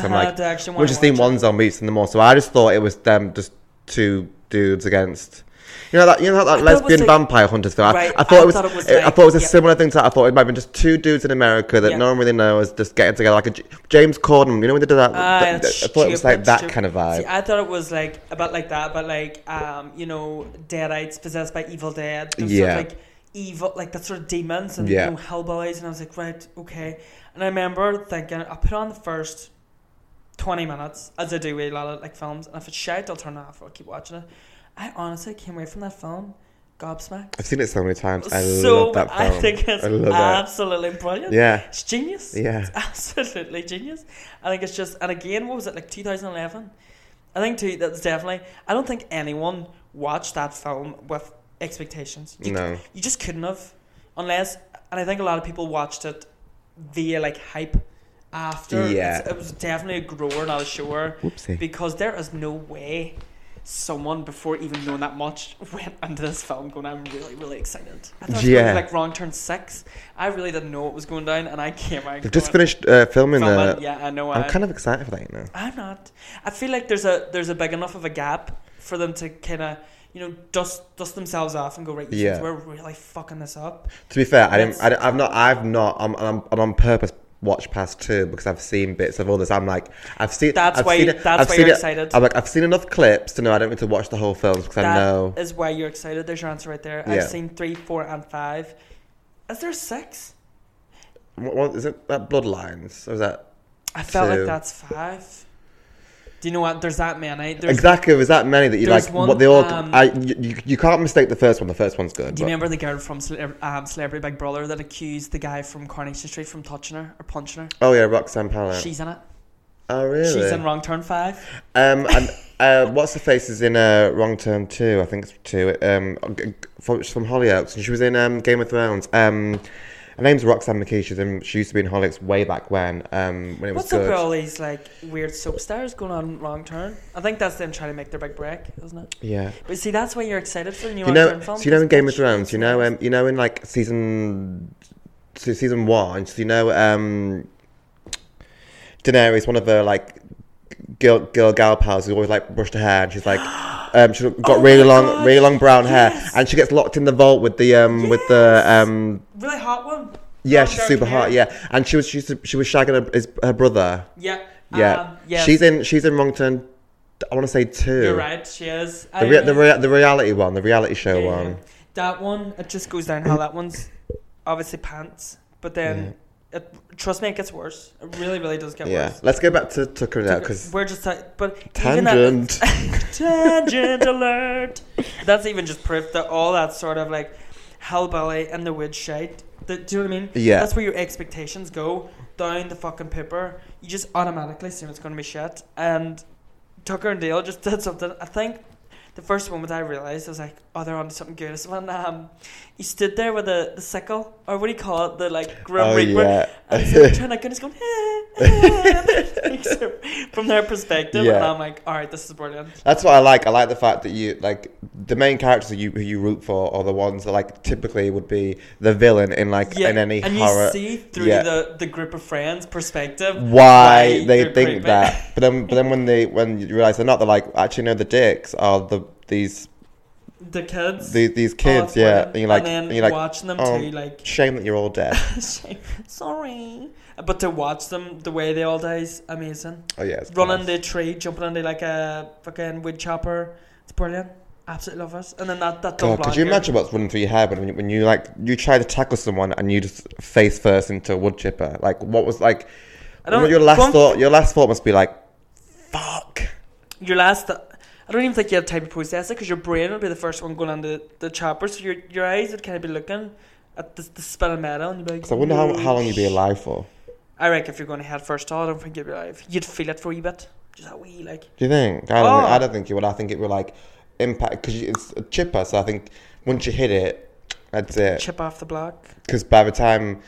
S2: So I'm
S1: Uh-huh,
S2: like,
S1: to actually
S2: we've
S1: wanna
S2: just seen
S1: watch
S2: one zombie, we've seen them all. So I just thought it was them just two dudes against. You know that you know that
S1: I thought it was
S2: lesbian
S1: like-
S2: vampire hunters film. I-
S1: Right,
S2: I, thought
S1: I
S2: it was.
S1: thought it was
S2: I
S1: like-
S2: thought it was a
S1: yeah.
S2: similar thing to that. I thought it might have been just two dudes in America that
S1: Yeah.
S2: no one really knows, just getting together like a J- James Corden. You know when they did that
S1: Ah,
S2: Th-
S1: that's
S2: th- I thought it was
S1: stupid,
S2: like that
S1: stupid.
S2: kind of vibe.
S1: See, I thought it was like a bit like that, but like um, you know, deadites possessed by evil dead. Those
S2: Yeah.
S1: Sort of like evil, like that sort of demons and
S2: Yeah.
S1: you know hellboys, and I was like, right, okay. And I remember thinking, I put on the first twenty minutes, as I do with a lot of like films, and if it's shite, I'll turn it off. I'll keep watching it. I honestly came away from that film gobsmacked.
S2: I've seen it so many times. I
S1: so
S2: love that film.
S1: I think it's
S2: I love
S1: absolutely brilliant.
S2: it. Yeah,
S1: It's genius.
S2: Yeah.
S1: It's absolutely genius. I think it's just, and again, what was it, like 2011? I think too, that's definitely, I don't think anyone watched that film with expectations. You,
S2: no,
S1: you just couldn't have. Unless, and I think a lot of people watched it via like hype after.
S2: Yeah.
S1: It's, it was definitely a grower, not a shower.
S2: Whoopsie.
S1: Because there is no way someone before even knowing that much went into this film going, I'm really, really excited. I thought it was going
S2: Yeah.
S1: to be like Wrong Turn 6. I really didn't know what was going down and I came out.
S2: They've
S1: going,
S2: just finished uh, filming
S1: "Film
S2: the.
S1: it." Yeah, I know.
S2: I'm kind of excited for that, you know.
S1: I'm not. I feel like there's a there's a big enough of a gap for them to kind of you know dust dust themselves off and go right.
S2: Yeah.
S1: Yeah. We're really fucking this up.
S2: To be fair, I didn't. I, have not. I've not. I'm, I'm, I'm on purpose watched past two because I've seen bits of all this. I'm like, I've seen.
S1: That's
S2: I've
S1: why-
S2: Seen it,
S1: that's
S2: I've
S1: why
S2: seen
S1: you're
S2: it-
S1: excited.
S2: I'm like, I've seen enough clips to know I don't need to watch the whole film because I
S1: That
S2: know.
S1: is why you're excited. There's your answer right there.
S2: Yeah.
S1: I've seen three, four, and five. Is there six?
S2: What, what, is it that Bloodlines? Or is that
S1: I felt
S2: Two.
S1: like that's five. Do you know what? There's that many. There's,
S2: exactly? Was that many that you
S1: there's
S2: like?
S1: one,
S2: what they all?
S1: um,
S2: I you, you- you can't mistake the first one. The first one's good.
S1: Do you
S2: but-
S1: remember the girl from Cele- um, Celebrity Big Brother that accused the guy from Coronation Street from touching her or punching her?
S2: oh yeah, Roxanne Pallant.
S1: She's in it.
S2: oh really?
S1: She's in Wrong Turn Five.
S2: Um, and uh, what's the face is in uh, Wrong Turn Two, I think it's two. Um, from, she's from Hollyoaks, and she was in um, Game of Thrones. Um, her name's Roxanne McKee. She's in, she used to be in Hollyoaks way back when. Um, when it was
S1: What's up
S2: good.
S1: with all these like weird soap stars going on Wrong Turn? I think that's them trying to make their big break, isn't it?
S2: Yeah.
S1: But see, that's why you're excited for the new
S2: You
S1: Wrong
S2: know,
S1: Turn film.
S2: so you know in
S1: 'cause
S2: Game of
S1: bitch,
S2: Thrones,
S1: it's
S2: you know,
S1: nice.
S2: um, you know in like season, so season one, so you know, um, Daenerys, one of her like girl girl gal pals, who always like brushed her hair, and she's like, um, she got
S1: Oh
S2: really
S1: my
S2: long,
S1: God.
S2: really long brown hair,
S1: Yes.
S2: and she gets locked in the vault with the um, with the um,
S1: really hot one.
S2: yeah,
S1: Long
S2: she's
S1: dark
S2: super hot,
S1: hair.
S2: yeah, and she was she, used to- she was shagging her, his, her brother,
S1: Yeah.
S2: yeah,
S1: Um, yeah.
S2: she's in she's in Wrong Turn, I want to say two,
S1: You're right. She is. I
S2: The, rea- the,
S1: remember-
S2: rea- the reality one, the reality show
S1: yeah, yeah,
S2: one.
S1: yeah. That one, it just goes down how that one's obviously pants, but then it, trust me, it gets worse. It really, really does get
S2: Yeah,
S1: worse.
S2: let's go back to Tucker now
S1: Like,
S2: because
S1: we're just ta- but even that,
S2: tangent.
S1: tangent alert. That's even just proof that all that sort of like hellbelly and the witch shite. That, do you know what I mean?
S2: Yeah.
S1: That's where your expectations go down the fucking paper. You just automatically assume it's going to be shit. And Tucker and Dale just did something. I think the first moment I realized I was like, oh, they're onto something good. Is when um, he stood there with the, the sickle or what do you call it? The like grim
S2: Oh
S1: reaper.
S2: yeah,
S1: And he's like trying to goodness going "Eh, eh," from their perspective, and
S2: Yeah.
S1: I'm like, all right, this is brilliant.
S2: that's what I like. I like the fact that you like the main characters that you who you root for are the ones that like typically would be the villain in like in any
S1: and
S2: horror.
S1: you see through
S2: yeah.
S1: the, the group of friends perspective
S2: why,
S1: they're
S2: they think
S1: creeping.
S2: that, but then but then when they when you realize they're not, they're like actually no, the dicks are the these
S1: the kids,
S2: the, these
S1: oh,
S2: kids,
S1: it's
S2: yeah,
S1: brilliant.
S2: and you're like
S1: and then
S2: and you're like
S1: watching them
S2: oh.
S1: too, like
S2: shame that you're all dead.
S1: sorry, but to watch them the way they all die is amazing.
S2: Oh yeah, it's
S1: Running
S2: class.
S1: the tree, jumping under like a fucking wood chopper, it's brilliant. Absolutely love it. And then that that dumb
S2: God, could
S1: blonde
S2: you
S1: girl.
S2: imagine what's running through your head when you, when you like you try to tackle someone and you just face first into a wood chipper? Like, what was like?
S1: I don't-
S2: what your last
S1: one-
S2: thought? Your last thought must be like, "Fuck."
S1: your last. I don't even think you have time to process it because your brain will be the first one going on the, the chopper, so your your eyes would kind of be looking at the, the spin of metal and you'd be like.
S2: Because I wonder how,
S1: "Whoa,
S2: how long you'd be
S1: sh-"
S2: alive for.
S1: I reckon if you're going head first, all, I don't think you'd be alive. You'd feel it for a wee bit, just a wee like.
S2: Do you think? I don't, think,
S1: Oh.
S2: I don't think you would. I think it would like impact because it's a chipper. So I think once you hit it, that's it.
S1: Chip off the block.
S2: Because by the time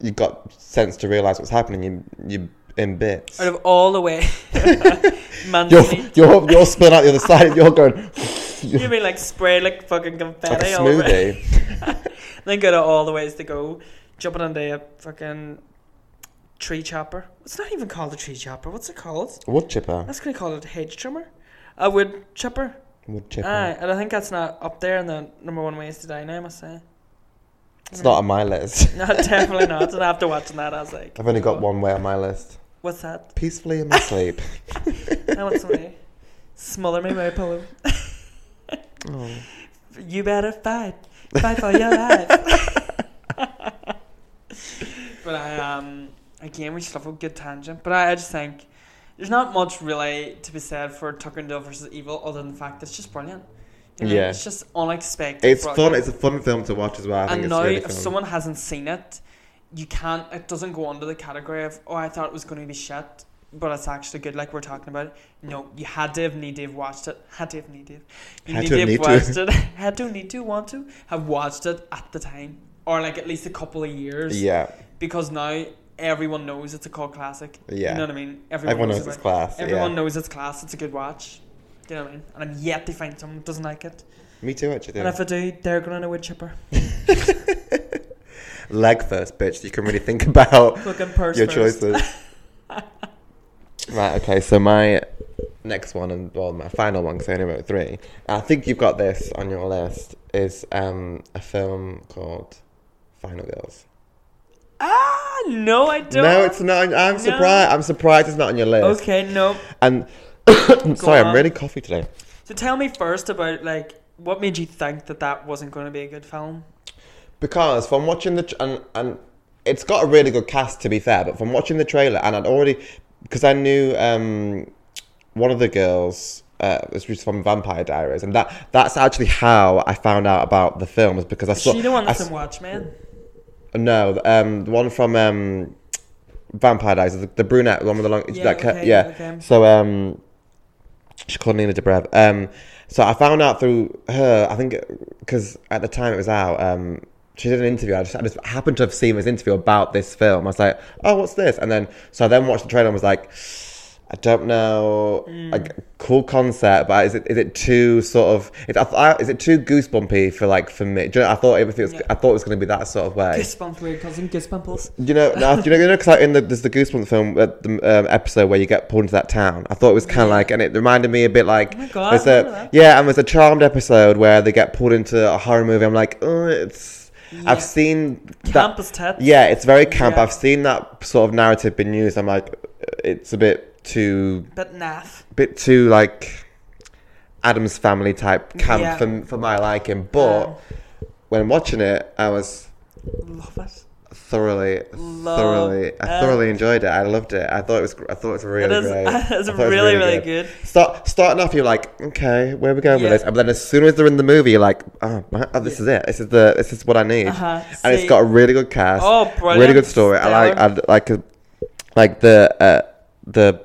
S2: you got sense to realize what's happening, you you in bits.
S1: Out of all the way,
S2: You're,
S1: Mancini.
S2: you're you're spilling out the other side. You're going
S1: You mean like spray like fucking
S2: like a
S1: confetti all over?
S2: smoothie.
S1: Then go to all the ways to go, jumping on the uh, fucking tree chopper. It's not even called a tree chopper. What's it called?
S2: Wood chipper.
S1: That's gonna call it a hedge trimmer, a wood chipper.
S2: Wood chipper.
S1: Aye, and I think that's not up there in the number one ways to die now. I must say,
S2: It's not on my list.
S1: no, definitely not. And after watching that, I was like,
S2: I've only
S1: oh,
S2: got one way on my list.
S1: What's that?
S2: Peacefully in my sleep.
S1: I want somebody smother me with a pillow.
S2: Oh.
S1: You better fight, fight for your life. but I um again we just love a good tangent. But I, I just think there's not much really to be said for Tucker and Dale versus Evil other than the fact that it's just brilliant. You know,
S2: Yeah.
S1: it's just unexpected.
S2: It's
S1: brilliant.
S2: fun. It's a fun film to watch as well. I think
S1: and
S2: it's
S1: now,
S2: really
S1: if
S2: fun.
S1: someone hasn't seen it, you can't. It doesn't go under the category of "oh, I thought it was going to be shit, but it's actually good." Like we're talking about. No, you had to have need to have watched it. Had to have need to. Have. You
S2: Had
S1: need
S2: to
S1: to have
S2: have need to.
S1: watched it. had to need to want to have watched it at the time, or like at least a couple of years,
S2: yeah,
S1: because now everyone knows it's a cult classic.
S2: Yeah.
S1: You know what I mean?
S2: Everyone knows
S1: about
S2: it's
S1: it.
S2: class, yeah.
S1: Everyone knows it's class. It's a good watch. Do you know what I mean? And I'm yet to find someone who doesn't like it.
S2: Me too, actually.
S1: And if I do, they're going to a wood chipper.
S2: Leg first, bitch. You can really think about
S1: Fucking purse
S2: your
S1: first.
S2: choices. right. Okay. So my next one, and well, my final one. So I only wrote three. I think you've got this on your list. Is um a film called Final Girls.
S1: Ah, no, I don't.
S2: No, it's not. I'm surprised. I'm surprised it's not on your list.
S1: Okay, no.
S2: And sorry, I'm
S1: on.
S2: really coffee today.
S1: So tell me first about, like, what made you think that that wasn't going to be a good film?
S2: because from watching the tr- and and it's got a really good cast to be fair, but from watching the trailer and I'd already because I knew um, one of the girls uh, was just from Vampire Diaries, and that that's actually how I found out about the film is because I
S1: Is
S2: saw
S1: she the one
S2: I
S1: that's
S2: s-
S1: in Watchmen?
S2: no um, the one from um, Vampire Diaries, the, the brunette, the one with the long
S1: Yeah,
S2: that ca-
S1: okay,
S2: yeah.
S1: okay.
S2: So um, she's called Nina Dobrev. Um, so I found out through her. I think because at the time it was out. Um, she did an interview. I just, I just happened to have seen this interview about this film. I was like, oh, what's this? And then so I then watched the trailer and was like. I don't know. Like, cool concept, but is it is it too sort of? It, I, I, is it too goosebumpy for like for me? Do you know, I thought it was.
S1: Yeah.
S2: I thought it was going to be that sort of way.
S1: Goosebumps, weird cousin, goosebumps.
S2: You know, now, do you know, you know, 'cause, like, in the there's the Goosebumps film uh, the um, episode where you get pulled into that town. I thought it was kind of like, and it reminded me a bit like,
S1: Oh my God,
S2: there's
S1: I remember
S2: a,
S1: that.
S2: yeah, and there's a Charmed episode where they get pulled into a horror movie. I'm like, oh, it's,
S1: Yeah.
S2: I've seen
S1: Camp
S2: that,
S1: is tits.
S2: yeah, it's very camp.
S1: Yeah.
S2: I've seen that sort of narrative been used. I'm like, it's a bit too,
S1: But naff.
S2: bit too like Adam's family type camp
S1: Yeah.
S2: for for my liking. But
S1: Um.
S2: when watching it, I was
S1: Love it.
S2: thoroughly,
S1: Love
S2: thoroughly, I
S1: it.
S2: thoroughly enjoyed it. I loved it. I thought it was. gr- I thought it was really
S1: it is,
S2: great.
S1: it's
S2: I thought it was
S1: really, really good.
S2: Start starting off, you're like, okay, where are we going with
S1: Yeah.
S2: this? And then as soon as they're in the movie, you're like, oh, my- oh this is it. This is the. This is what I need.
S1: Uh-huh.
S2: And it's
S1: See-
S2: got a really good cast.
S1: Oh, brilliant.
S2: Really good story. I like. I like. uh, Like the uh, the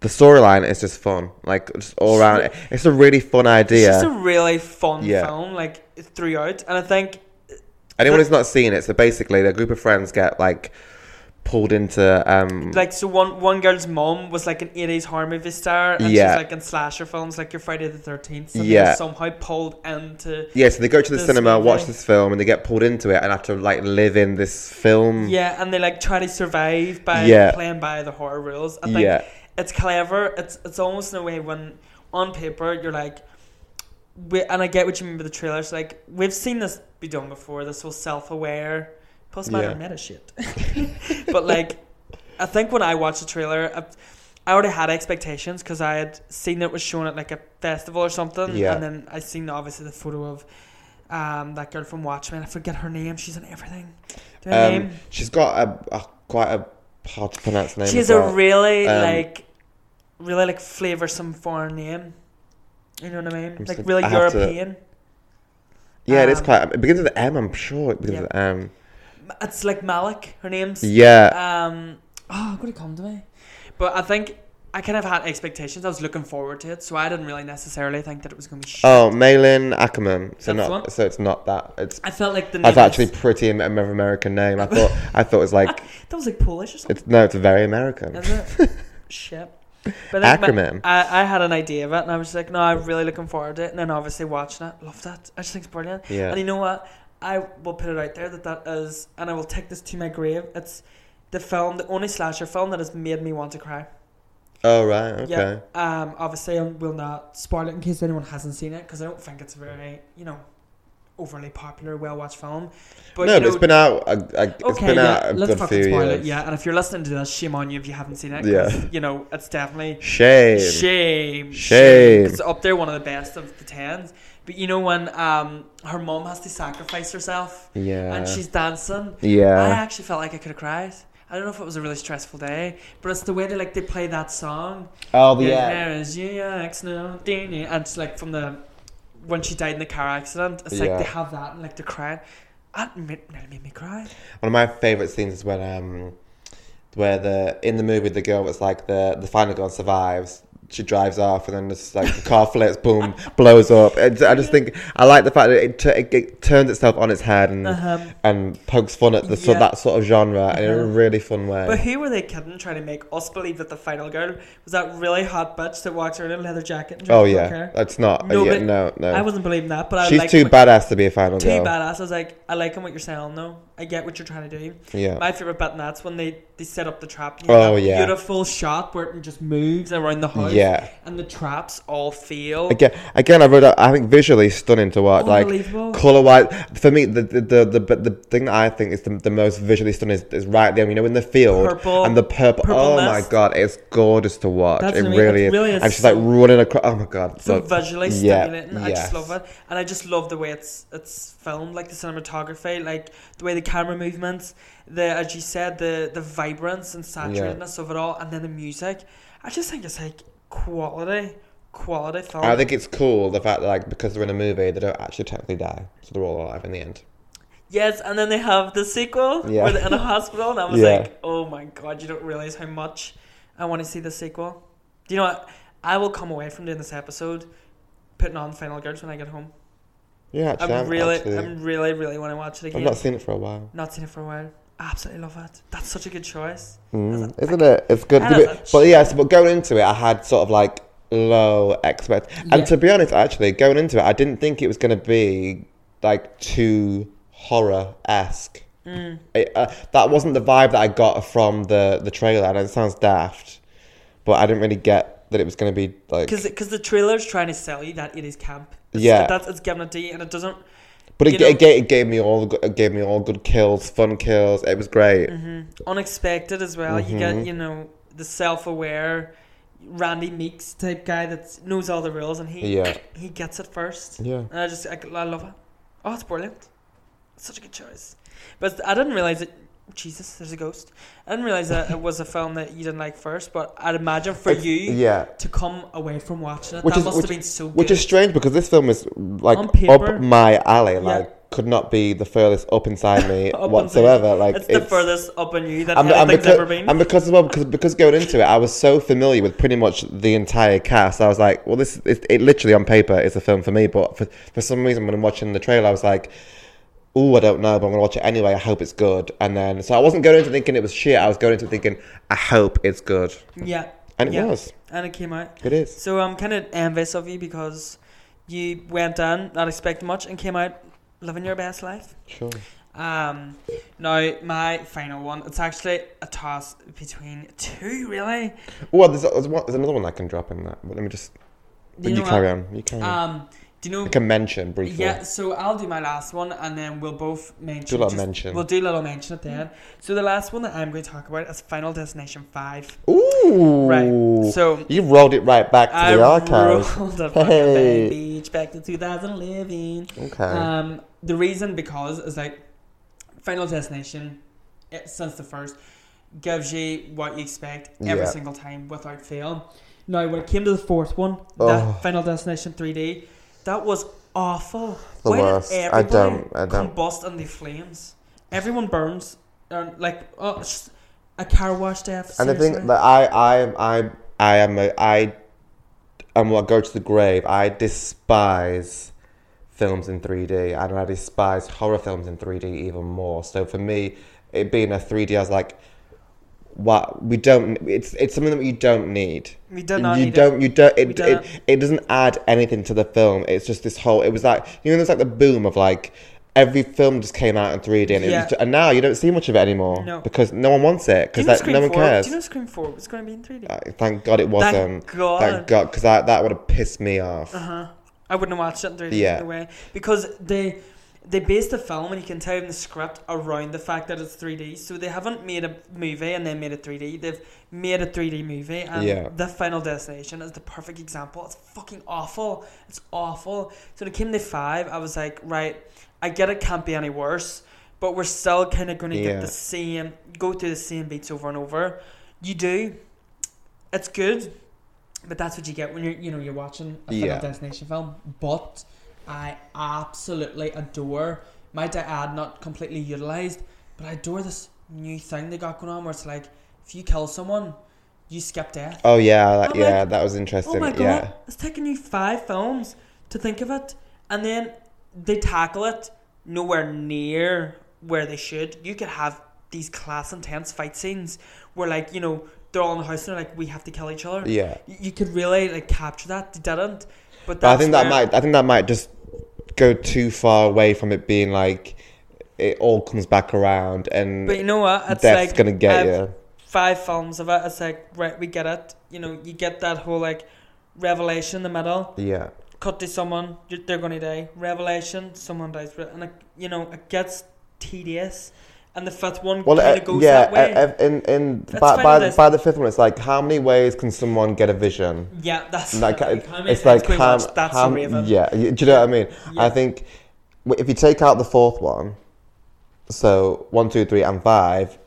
S2: the storyline is just fun. Like just all around. It's a really fun idea.
S1: It's just a really fun
S2: Yeah.
S1: film, like throughout. And I think
S2: Anyone who's not seen it, so basically, the group of friends get like pulled into um
S1: like so one one girl's mom was like an eighties horror movie star and
S2: Yeah.
S1: she's like in slasher films like your Friday the thirteenth. So
S2: Yeah.
S1: yeah. somehow pulled into
S2: Yeah, so they go to the
S1: This
S2: cinema, watch
S1: movie.
S2: this film, and they get pulled into it and have to like live in this film.
S1: Yeah, and they like try to survive by
S2: Mm. Yeah.
S1: playing by the horror rules. I think
S2: yeah,
S1: it's clever. It's it's almost in a way when on paper you're like, we, and I get what you mean by the trailers. Like we've seen this be done before. This whole self-aware postmodern
S2: Yeah.
S1: meta shit. but like, I think when I watched the trailer, I, I already had expectations because I had seen it was shown at like a festival or something,
S2: Yeah.
S1: and then I seen obviously the photo of. Um, that girl from Watchmen. I forget her name. She's in everything. Do you know her
S2: um,
S1: name?
S2: she's got a, a quite a hard to pronounce name.
S1: She has
S2: as well.
S1: a really
S2: Um,
S1: like, really like flavoursome foreign name. You know what I mean?
S2: I'm
S1: Like
S2: just-
S1: really
S2: I have to-
S1: European.
S2: yeah, it is
S1: um,
S2: quite. It begins with an M, I'm sure. It begins
S1: Yeah.
S2: with an M.
S1: M- It's like Malik. Her name's.
S2: Yeah,
S1: Um. Oh, could it come to me? But I think I kind of had expectations. I was looking forward to it, so I didn't really necessarily think that it was going to be. Shit.
S2: oh, Malin Ackerman. So
S1: That's
S2: not.
S1: one.
S2: So it's not that. It's.
S1: I felt like the. Name
S2: That's actually
S1: Was,
S2: pretty Am- American name. I thought. I thought it was like.
S1: that was like Polish or something.
S2: It's no. It's very American.
S1: Is it? Shit. But like, my-
S2: Ackerman.
S1: I, I had an idea of it and I was just like, no, I'm really looking forward to it. And then obviously watching it, loved that. I just think it's brilliant.
S2: Yeah.
S1: And you know what? I will put it out there that that is, and I will take this to my grave. It's the film, the only slasher film that has made me want to cry.
S2: Oh right. Okay.
S1: Yeah. Um. Obviously, I will not spoil it in case anyone hasn't seen it because I don't think it's a very, you know, overly popular, well watched film. But
S2: no,
S1: you
S2: but
S1: know,
S2: it's been out. A, a, it's
S1: Okay,
S2: been
S1: yeah,
S2: out a
S1: let's
S2: good few
S1: fucking spoil
S2: years.
S1: it. Yeah, and if you're listening to this, shame on you if you haven't seen it. 'cause,
S2: Yeah.
S1: You know, it's definitely
S2: Shame.
S1: shame,
S2: Shame.
S1: It's up there, one of the best of the tens. But you know when um her mom has to sacrifice herself
S2: Yeah.
S1: and she's dancing. I
S2: Yeah.
S1: actually felt like I could have cried. I don't know if it was a really stressful day, but it's the way they like they play that song.
S2: oh yeah.
S1: There is your ex now, ding, ding. and it's like from the when she died in the car accident. It's
S2: Yeah.
S1: like they have that and like they're crying. That made, nearly made me cry.
S2: One of my favourite scenes is when um where the in the movie the girl was like the the final girl survives she drives off, and then it's like the car flips, boom, blows up. It's, I just think I like the fact that it, tu- it, it turns itself on its head and
S1: Uh-huh.
S2: and pokes fun at the so
S1: Yeah.
S2: that sort of genre in a
S1: Uh-huh.
S2: really fun way.
S1: But who were they kidding trying to make us believe that the final girl was that really hot bitch that walks around in a leather jacket and
S2: oh
S1: drinks
S2: yeah,
S1: vodka?
S2: that's not. No,
S1: No,
S2: yeah,
S1: but
S2: no, no.
S1: I wasn't believing that, but I
S2: She's
S1: like
S2: too
S1: what-
S2: badass to be a final
S1: Too
S2: girl.
S1: badass. I was like, I like what you're saying, though. I get what you're trying to do.
S2: Yeah.
S1: My favorite bit in that's when they, they set up the trap. And you have
S2: Oh,
S1: that
S2: yeah.
S1: Beautiful shot where it just moves around the house.
S2: Yeah.
S1: And the traps all feel.
S2: Again, again, I wrote. Out, I think visually stunning to watch. Like
S1: Unbelievable.
S2: color wise, for me, the the, the the but the thing that I think is the, the most visually stunning is, is right there. You know, in the field
S1: Purple-
S2: and the purple.
S1: purple
S2: oh
S1: mist.
S2: my god, it's gorgeous to watch.
S1: That's
S2: it
S1: amazing.
S2: really
S1: It
S2: is.
S1: really is
S2: And she's like
S1: so-
S2: running across. Oh my god,
S1: so
S2: the-
S1: visually
S2: yeah,
S1: stimulating. I
S2: yes.
S1: just love it, and I just love the way it's it's filmed, like the cinematography, like the way the camera movements, the as you said, the the vibrance and saturatedness of it all, and then the music. I just think it's like quality, quality film.
S2: I think it's cool the fact that like because they're in a movie, they don't actually technically die, so they're all alive in the end.
S1: Yes, and then they have the sequel
S2: Yeah.
S1: where they're in a hospital, and I was
S2: Yeah.
S1: like, oh my god, you don't realize how much I want to see the sequel. Do you know what? I will come away from doing this episode putting on Final Girls when I get home.
S2: Yeah, actually,
S1: I'm
S2: I'm
S1: really,
S2: actually-
S1: I'm really, really want to watch it
S2: I've
S1: again.
S2: not seen it for a while.
S1: Not seen it for a while. Absolutely love it. That's such a good choice.
S2: Mm, isn't it? It's good.
S1: I
S2: To
S1: don't
S2: be,
S1: know.
S2: but yes, but going into it, I had sort of like low expect.
S1: Yeah.
S2: And to be honest, actually, going into it, I didn't think it was going to be like too horror esque.
S1: Mm.
S2: It, uh, that wasn't the vibe that I got from the the trailer. And it sounds daft, but I didn't really get that it was going to be like.
S1: Because the trailer's trying to sell you that it is camp. It's,
S2: Yeah.
S1: That's, it's giving a D, and it doesn't.
S2: But
S1: you
S2: it,
S1: know-
S2: it, gave, it gave me all the go- it gave me all good kills, fun kills. It was great.
S1: Mm. Mm-hmm. unexpected as well. You
S2: Mm-hmm.
S1: get, you know, the self aware Randy Meeks type guy that knows all the rules and he
S2: Yeah.
S1: he gets it first.
S2: Yeah.
S1: And I just I, I love it. Oh, it's brilliant. It's such a good choice. But I didn't realize it. Jesus, there's a ghost. I didn't realize that it was a film that you didn't like first, but I'd imagine for
S2: It's-
S1: you
S2: yeah.
S1: to come away from watching it,
S2: Which
S1: that
S2: is-
S1: must
S2: which-
S1: have been so good.
S2: Which is strange because this film is like
S1: On paper.
S2: up my alley.
S1: Yeah.
S2: Like could not be the furthest up inside me
S1: Up on
S2: whatsoever.
S1: stage.
S2: Like
S1: it's, the furthest up on you that
S2: And, and
S1: anything's
S2: because,
S1: ever been.
S2: and because as well because, because going into it, I was so familiar with pretty much the entire cast. I was like, well, this it, it literally on paper is a film for me. But for, for some reason, when I'm watching the trailer, I was like. Oh, I don't know, but I'm gonna watch it anyway. I hope it's good. And then, so I wasn't going into thinking it was shit. I was going into thinking, I hope it's good,
S1: yeah.
S2: and it
S1: yeah.
S2: was.
S1: And it came out.
S2: It is.
S1: So I'm kind of envious of you because you went in not expecting much and came out living your best life.
S2: Sure.
S1: Um, now my final one. It's actually a toss between two, really.
S2: Well, there's, there's, one, there's another one I can drop in that, but let me just. But
S1: Do
S2: you,
S1: know
S2: carry
S1: what?
S2: on. You carry on.
S1: Um, do you know?
S2: I can mention briefly.
S1: Yeah, so I'll do my last one and then we'll both mention.
S2: Do a little mention.
S1: We'll do a little mention at the end. So the last one that I'm going to talk about is Final Destination Five.
S2: Ooh.
S1: Right. So
S2: you rolled it right back to
S1: I
S2: the archives.
S1: rolled a fucking
S2: Hey.
S1: beach back to 2011.
S2: Okay.
S1: Um, the reason because is like Final Destination, it, since the first, gives you what you expect every
S2: Yeah.
S1: single time without fail. Now, when it came to the fourth one,
S2: Oh.
S1: that Final Destination 3D, that was awful.
S2: The
S1: Why
S2: worst. I
S1: did everybody
S2: don't- I don't-
S1: combust in the flames? Everyone burns, um, like oh, it's just a car wash death.
S2: and the thing
S1: seriously.
S2: that I, I, I, I am, a, I, am what go to the grave. I despise films in 3D, and I despise horror films in 3D even more. So for me, it being a 3D, I was like, what we don't. It's it's something that you don't need.
S1: we did not
S2: you
S1: need it.
S2: don't you don't
S1: We
S2: it,
S1: don't.
S2: it it doesn't add anything to the film it's just this whole it was like you know there's like the boom of like every film just came out in 3d and, it
S1: Yeah.
S2: was ju- and now you don't see much of it anymore
S1: No.
S2: because no one wants it
S1: Do you
S2: because
S1: know
S2: like,
S1: Scream
S2: no one
S1: 4?
S2: cares
S1: Do you know Scream 4 was going to be in 3D?
S2: Uh, thank god it wasn't
S1: God.
S2: thank god because that, that would have pissed me off
S1: Uh-huh. I wouldn't have watched it in 3D
S2: Yeah.
S1: either way. Because they they based the film and you can tell in the script around the fact that it's 3D. So they haven't made a movie and then made it 3D. They've made a 3D movie and
S2: Yeah.
S1: the Final Destination is the perfect example. It's fucking awful. It's awful. So when it came to five, I was like, right, I get it can't be any worse, but we're still kinda gonna
S2: Yeah.
S1: get the same go through the same beats over and over. You do. It's good. But that's what you get when you're, you know, you're watching a Final
S2: Yeah.
S1: Destination film. But I absolutely adore. Might I add, not completely utilized, but I adore this new thing they got going on where it's like, if you kill someone, You skip death.
S2: Oh yeah, that,
S1: I'm
S2: yeah,
S1: like,
S2: that was interesting.
S1: Oh my god,
S2: Yeah,
S1: it's taken you five films to think of it, and then they tackle it nowhere near where they should. You could have these class intense fight scenes where, like, you know, they're all in the house and they're like, we have to kill each other.
S2: yeah.
S1: Y- You could really like capture that. They didn't, but,
S2: But I
S1: that's
S2: think that
S1: where-
S2: might I think that might just go too far away from it being like it all comes back around and
S1: But you know what? It's
S2: death's
S1: like
S2: gonna get
S1: I've-
S2: you.
S1: five films of it. It's like right, we get it. You know, you get that whole like revelation in the middle.
S2: Yeah,
S1: Cut to someone, you- they're gonna die. Revelation, someone dies, Re- and it, you know it gets tedious. And the fifth one
S2: well,
S1: kind
S2: uh,
S1: of goes
S2: yeah.
S1: that way.
S2: uh, uh, in in
S1: That's
S2: by,
S1: fine
S2: by,
S1: with us.
S2: by the fifth one, it's like how many ways can someone get a vision?
S1: yeah, that's
S2: Like uh,
S1: how many
S2: it's
S1: times
S2: like
S1: can we
S2: how,
S1: watch that's
S2: how
S1: a raven.
S2: yeah. y- Do you know what I mean? I
S1: Yeah.
S2: think w- if you take out the fourth one, so one, two, three, and five,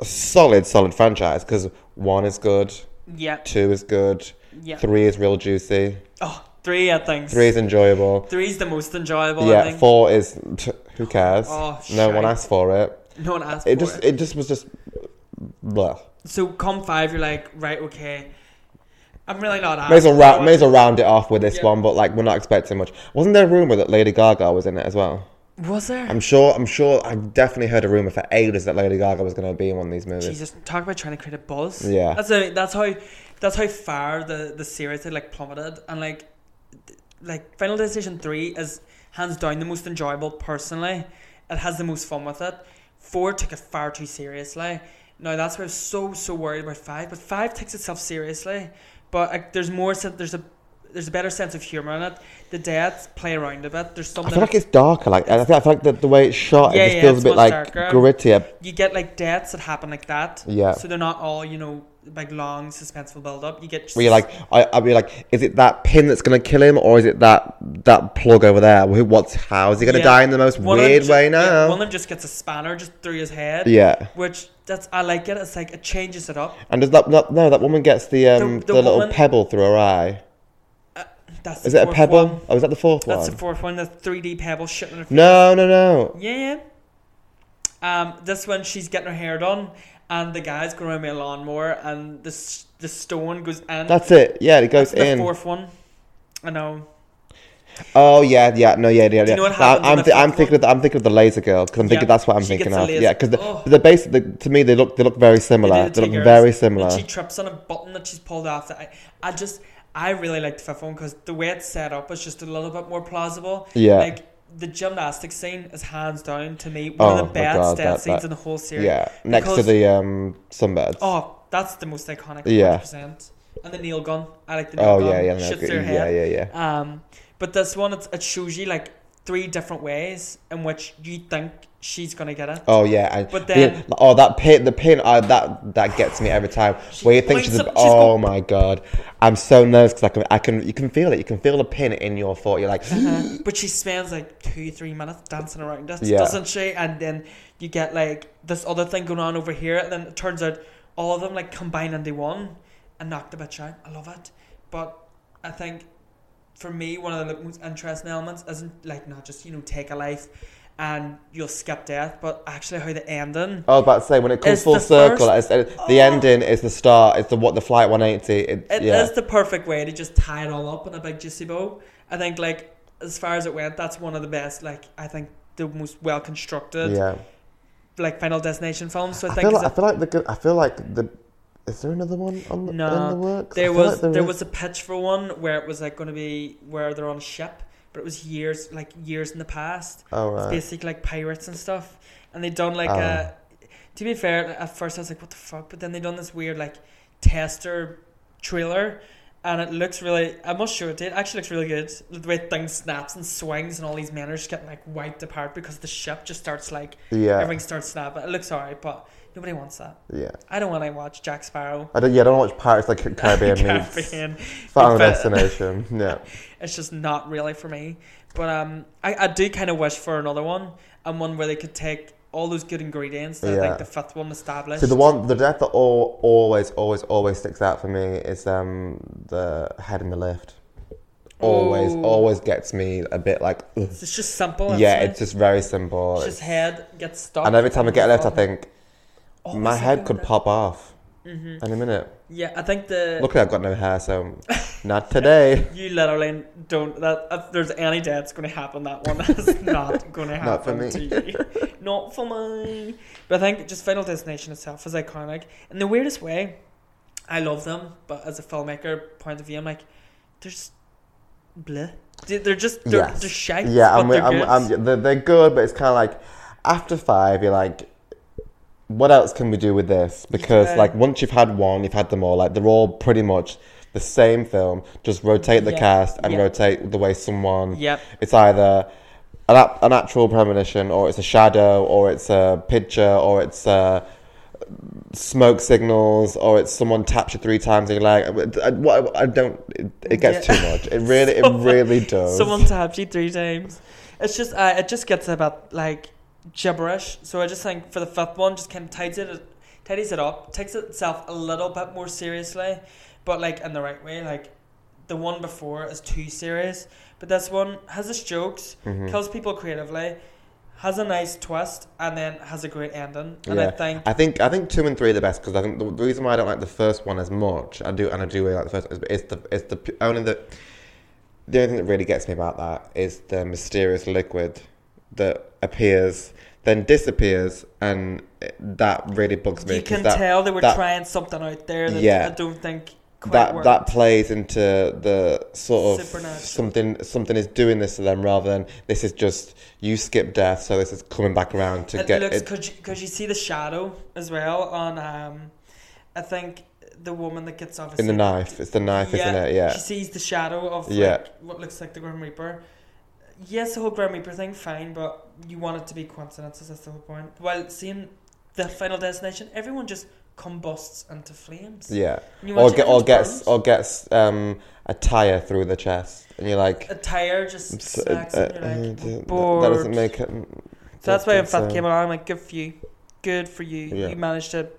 S2: a solid, solid franchise because one is good,
S1: yeah,
S2: two is good,
S1: yeah.
S2: three is real juicy.
S1: Oh, three, I think.
S2: Three is enjoyable.
S1: Three's the most enjoyable. I
S2: yeah,
S1: think.
S2: four is t- who cares?
S1: Oh,
S2: no one
S1: shite.
S2: asked for it.
S1: No one asked
S2: It
S1: for
S2: just
S1: it.
S2: it. just was just blah.
S1: So come five, you're like right, okay. I'm really not.
S2: May as
S1: asking
S2: well
S1: for
S2: ra-
S1: it.
S2: may as well round it off with this
S1: Yeah.
S2: one, but like we're not expecting much. Wasn't there a rumor that Lady Gaga was in it as well?
S1: Was there?
S2: I'm sure. I'm sure. I definitely heard a rumor for ages that Lady Gaga was going to be in one of these movies.
S1: Jesus, talk about trying to create a buzz.
S2: Yeah.
S1: that's a, that's how that's how far the the series had like plummeted, and like th- like Final Destination three is hands down the most enjoyable. Personally, it has the most fun with it. Four took it far too seriously. Now that's why I was so so worried about five, but five takes itself seriously. But like, there's more. sen- There's a there's a better sense of humor in it. The deaths play around a bit. There's
S2: I
S1: something
S2: feel like it's darker. Like I feel, I feel like the, the way it's shot,
S1: Yeah,
S2: it just
S1: yeah,
S2: feels a
S1: it's much
S2: bit like
S1: darker.
S2: grittier.
S1: you get like deaths that happen like that.
S2: Yeah.
S1: So they're not all, you know, like long suspenseful build up. You get
S2: Where you're like, I, I'd be like, is it that pin that's going to kill him, or is it that that plug over there? Who, what's how is he going to
S1: Yeah.
S2: die in the most
S1: One of them
S2: weird
S1: ju-
S2: way
S1: yeah,
S2: now?
S1: one of them just gets a spanner just through his head.
S2: yeah.
S1: Which that's I like it. It's like it changes it up.
S2: And does that not, no? That woman gets the um, the,
S1: the
S2: little
S1: woman-
S2: pebble through her eye.
S1: That's the
S2: Is it a
S1: fourth
S2: pebble?
S1: One.
S2: Oh, is that the fourth
S1: That's
S2: one? Mm.
S1: the fourth one. The three D pebble shit in her face.
S2: no, no, no.
S1: Yeah, yeah. Um, this one she's getting her hair done, and the guy's going around with a lawnmower, and the s- the stone goes in.
S2: That's it. Yeah, it goes
S1: That's the
S2: in.
S1: fourth one. I know.
S2: Oh yeah, yeah, no, yeah, yeah. yeah.
S1: Do you know what
S2: Now,
S1: happens in
S2: I'm,
S1: the
S2: thi- I'm
S1: fifth
S2: thinking,
S1: one?
S2: of the, I'm thinking of the laser girl because I'm thinking
S1: Yeah,
S2: that's what I'm
S1: she
S2: thinking
S1: gets the
S2: of.
S1: laser-
S2: Yeah, because the,
S1: Oh.
S2: the basic the, to me they look they look very
S1: They
S2: similar.
S1: do
S2: They,
S1: the
S2: look
S1: Tigers,
S2: very similar.
S1: And she trips on a button that she's pulled off. That I, I just, I really like the fifth one because the way it's set up is just a little bit more plausible.
S2: Yeah.
S1: Like the gymnastics scene is hands down to me one
S2: Oh,
S1: of
S2: my
S1: the best
S2: God,
S1: death
S2: that-
S1: scenes
S2: that-
S1: in the whole series.
S2: yeah, next to
S1: because-
S2: the um sunbirds.
S1: Oh, that's the most iconic.
S2: Yeah.
S1: Yeah. percent And the nail gun. I like the nail
S2: Oh,
S1: gun.
S2: yeah, yeah, no,
S1: Shoots
S2: good-
S1: their
S2: yeah,
S1: head.
S2: yeah, yeah.
S1: Um, but this one, it's, it shows you like three different ways in which you think she's gonna get it.
S2: Oh yeah, and
S1: But
S2: the-
S1: then-
S2: oh that pin, the pin, uh, that that gets me every time.
S1: She
S2: Where you think
S1: points
S2: she's, a-
S1: up, she's
S2: oh
S1: go-
S2: my god, I'm so nervous because I can, I can, you can feel it, you can feel the pin in your foot. You're like,
S1: Uh-huh. but she spends like two, three minutes dancing around us,
S2: Yeah.
S1: doesn't she? And then you get like this other thing going on over here, and then it turns out all of them like combine into one and knock the bitch out. I love it. But I think for me, one of the most interesting elements isn't like not just, you know, take a life and you'll skip death, but actually how the ending.
S2: I was about to say when it comes
S1: It's
S2: full
S1: the
S2: circle,
S1: first-
S2: it's, it- the
S1: Oh.
S2: ending is the start. It's the what the flight 180. It,
S1: It is
S2: yeah.
S1: the perfect way to just tie it all up in a big juicy bow. I think like as far as it went, that's one of the best. Like I think the most well constructed.
S2: yeah.
S1: like Final Destination films. So I,
S2: I
S1: think
S2: feel,
S1: is
S2: like, I
S1: that
S2: feel like the good- I feel like the is there another one on the, in
S1: No,
S2: the works? I
S1: there
S2: feel
S1: was
S2: like
S1: there,
S2: is.
S1: was a pitch for one where it was like going to be where they're on a ship, but it was years like years in the past.
S2: oh
S1: It's
S2: right.
S1: basically like pirates and stuff, and they done like
S2: Oh.
S1: a. To be fair, at first I was like, "What the fuck?" But then they done this weird like tester trailer. And it looks really. I must show it to you. It actually looks really good. The way things snaps and swings, and all these men are just getting like wiped apart because the ship just starts like
S2: Yeah,
S1: everything starts snapping. It looks alright, but nobody wants that.
S2: yeah.
S1: I don't want to watch Jack Sparrow.
S2: I don't. Yeah, I don't watch Pirates like Caribbean meets
S1: Caribbean.
S2: Final
S1: But-
S2: Destination. Yeah.
S1: It's just not really for me. But um, I, I do kind of wish for another one and one where they could take all those good ingredients that I
S2: Yeah.
S1: think the fifth one established.
S2: So the one, the death that all, always, always, always sticks out for me is um the head in the lift. Always,
S1: Ooh.
S2: always gets me a bit like. ugh.
S1: It's just simple. isn't
S2: yeah,
S1: it?
S2: it's just very simple.
S1: It's just head gets stuck.
S2: and every time I get a lift, I
S1: Oh,
S2: think
S1: oh,
S2: my
S1: it's
S2: head
S1: like
S2: could
S1: that. Mm-hmm.
S2: pop off. in a minute.
S1: Yeah, I think the
S2: Luckily, I've got no hair, so not today.
S1: you literally don't. That if there's any day it's going to happen, that one is not going to happen
S2: Not for me.
S1: to you. Not for me. But I think just Final Destination itself is iconic in the weirdest way. I love them, but as a filmmaker point of view, I'm like, they're just bleh. They- They're just they're,
S2: Yes.
S1: they're shite.
S2: Yeah,
S1: but
S2: I'm,
S1: they're
S2: I'm,
S1: good.
S2: I'm, they're, they're good, but it's kind of like after five, you're like, what else can we do with this? Because
S1: Yeah.
S2: like once you've had one, you've had them all. Like they're all pretty much the same film. Just rotate the
S1: Yeah.
S2: cast and
S1: Yeah.
S2: rotate the way someone.
S1: Yep.
S2: It's either an, ap- an actual premonition, or it's a shadow, or it's a picture, or it's a smoke signals, or it's someone taps you three times and you're like, I, I, I don't. It, it gets
S1: Yeah.
S2: too much. It really,
S1: Someone-
S2: it really does.
S1: Someone tapped you three times. It's just uh, it just gets about like gibberish. So I just think for the fifth one, just kind of tidies it, tidies it up, takes itself a little bit more seriously, but like in the right way. Like the one before is too serious, but this one has its jokes,
S2: Mhm.
S1: kills people creatively, has a nice twist, and then has a great ending. And I
S2: Yeah.
S1: think
S2: I think I think two and three are the best because I think the, the reason why I don't like the first one as much I do and I do really like the first one is it's the it's the pu- only the the only thing that really gets me about that is the mysterious liquid that appears then disappears and it, that really bugs me
S1: you
S2: 'cause
S1: can
S2: that,
S1: tell they were
S2: that-
S1: trying something out there that
S2: Yeah.
S1: I don't think quite
S2: that
S1: worked.
S2: that plays into the sort of
S1: Supernatural.
S2: something something is doing this to them rather than this is just you skip death so this is coming back around to
S1: it
S2: get
S1: looks
S2: it,
S1: because you, 'cause you see the shadow as well on um i think the woman that gets off
S2: in the knife it's the knife isn't it yeah
S1: she sees the shadow of like,
S2: Yeah.
S1: what looks like the grim reaper yes the whole grim reaper thing fine but you want it to be coincidences that's the whole point while seeing the final destination everyone just combusts into flames
S2: yeah.
S1: You
S2: or
S1: watch
S2: get or
S1: everyone's
S2: gets
S1: burns.
S2: or gets um, a tire through the chest, and you're like,
S1: a tire just
S2: "So,
S1: smacks
S2: uh,
S1: and
S2: uh,
S1: you're like,
S2: th- th-
S1: bored.
S2: that doesn't make it.
S1: So that's why when
S2: That's,
S1: Fat
S2: uh,
S1: came along, I'm like, good for you. Good for you.
S2: Yeah.
S1: You managed to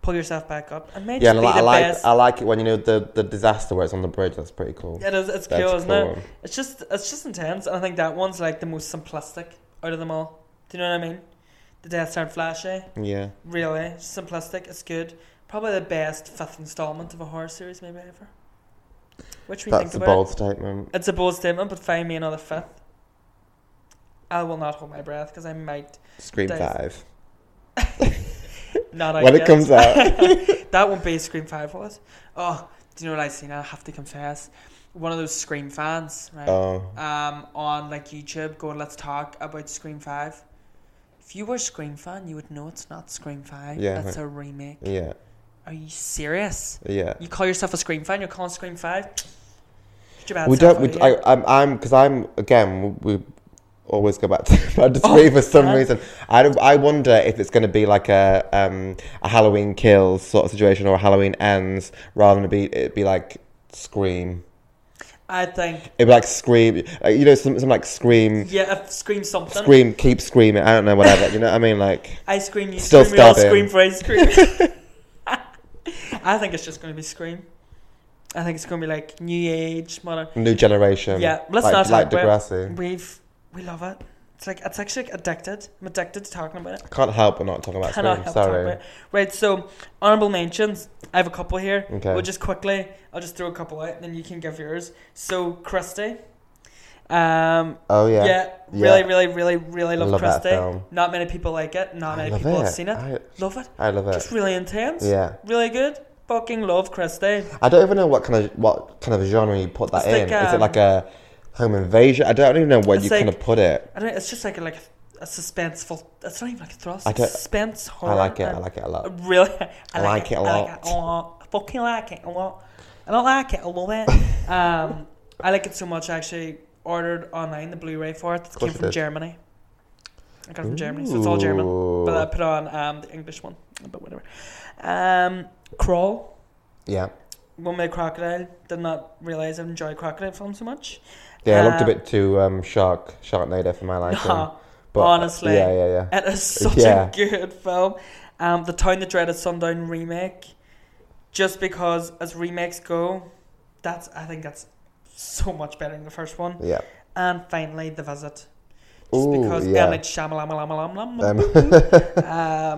S1: pull yourself back up. And maybe
S2: Yeah,
S1: yeah,
S2: and I
S1: be
S2: like, I
S1: the
S2: like
S1: best.
S2: I like it when you know the, the disaster where it's on the bridge. That's pretty cool.
S1: it is, it's
S2: That's
S1: cool, isn't it?
S2: cool.
S1: It's just it's just intense. And I think that one's like the most simplistic out of them all. Do you know what I mean? The Death Star and Flashy.
S2: Yeah,
S1: Really. It's eh? simplistic. It's good. Probably the best fifth installment of a horror series maybe ever. Which we
S2: that's a
S1: think about.
S2: bold statement.
S1: it. It's a bold statement, but find me another fifth. I will not hold my breath because I might
S2: Scream
S1: Dave.
S2: five.
S1: not out
S2: When it
S1: yet.
S2: comes out.
S1: That won't be a Scream 5 was. Oh, do you know what I seen? I have to confess. One of those Scream fans, right?
S2: Oh,
S1: Um, on like YouTube going, let's talk about Scream 5. If you were a Scream fan, you would know it's not Scream 5.
S2: Yeah,
S1: It's
S2: right.
S1: a remake.
S2: yeah,
S1: Are you serious?
S2: yeah.
S1: You call yourself a Scream fan, you're calling Scream 5?
S2: we don't. We, I, I'm. I'm. Because I'm. Again, we always go back to Bad
S1: Oh,
S2: Spree for some
S1: yeah.
S2: reason. I. don't- I wonder if it's going to be like a um a Halloween kills sort of situation or a Halloween ends rather than it be it be like scream.
S1: I think,
S2: It'd be like scream. uh, You know, some some like scream.
S1: yeah, if Scream something.
S2: Scream. Keep screaming. I don't know. Whatever. you know what I mean? Like.
S1: I scream, you
S2: Still
S1: scream, we all scream
S2: stabbing.
S1: for ice cream. I think it's just going to be Scream. I think it's going to be like New Age, modern.
S2: New generation.
S1: Yeah, let's
S2: like,
S1: not talk
S2: like
S1: about it.
S2: Degrassi.
S1: We've we love it. It's like it's actually like, addicted. I'm addicted to talking about it.
S2: I can't help but not talk about
S1: Cannot
S2: Scream.
S1: help
S2: Sorry.
S1: talking about it. Right, so honorable mentions. I have a couple here.
S2: Okay.
S1: We'll just quickly. I'll just throw a couple out, and then you can give yours. So Christy. Um.
S2: Oh yeah.
S1: Yeah. Really, really, really, really
S2: I
S1: love,
S2: love that
S1: Christy.
S2: film.
S1: Not many people like it. Not
S2: I
S1: many
S2: love
S1: people
S2: it.
S1: have seen it.
S2: I,
S1: love it.
S2: I love it.
S1: Just really intense.
S2: Yeah.
S1: Really good. Fucking love Christy.
S2: I don't even know what kind of what kind of genre you put that
S1: It's
S2: in.
S1: like,
S2: Is it
S1: um,
S2: like a home invasion? I don't even know where
S1: It's
S2: you kind
S1: like-
S2: of put it.
S1: I don't. It's just like a, like a suspenseful. It's not even like a thrust.
S2: I
S1: It's
S2: don't-
S1: suspense horror. uh,
S2: I like it. I
S1: and-
S2: like it a lot.
S1: Really, I,
S2: I like it a
S1: I like it a lot. I fucking like it a lot. I don't like it. I love it. um, I like it so much. I actually ordered online the Blu-ray for it. It
S2: course
S1: came
S2: you
S1: from
S2: did.
S1: Germany. I got it from Germany, so it's all German. But I put on um, the English one, but whatever. Um, Crawl,
S2: yeah,
S1: One-Way Crocodile. Did not realize I enjoy crocodile films so much.
S2: yeah. I looked a
S1: Um,
S2: bit too um, shark Sharknado for my liking.
S1: Nah,
S2: but
S1: honestly.
S2: yeah, yeah, yeah.
S1: It is such
S2: um, Yeah.
S1: a good film. Um, the Town That Dreaded Sundown remake, just because as remakes go, that's I think that's so much better than the first one.
S2: Yeah.
S1: And finally, The Visit, just
S2: Ooh,
S1: because
S2: yeah.
S1: yeah. like shamalama lama lama lama.
S2: Um,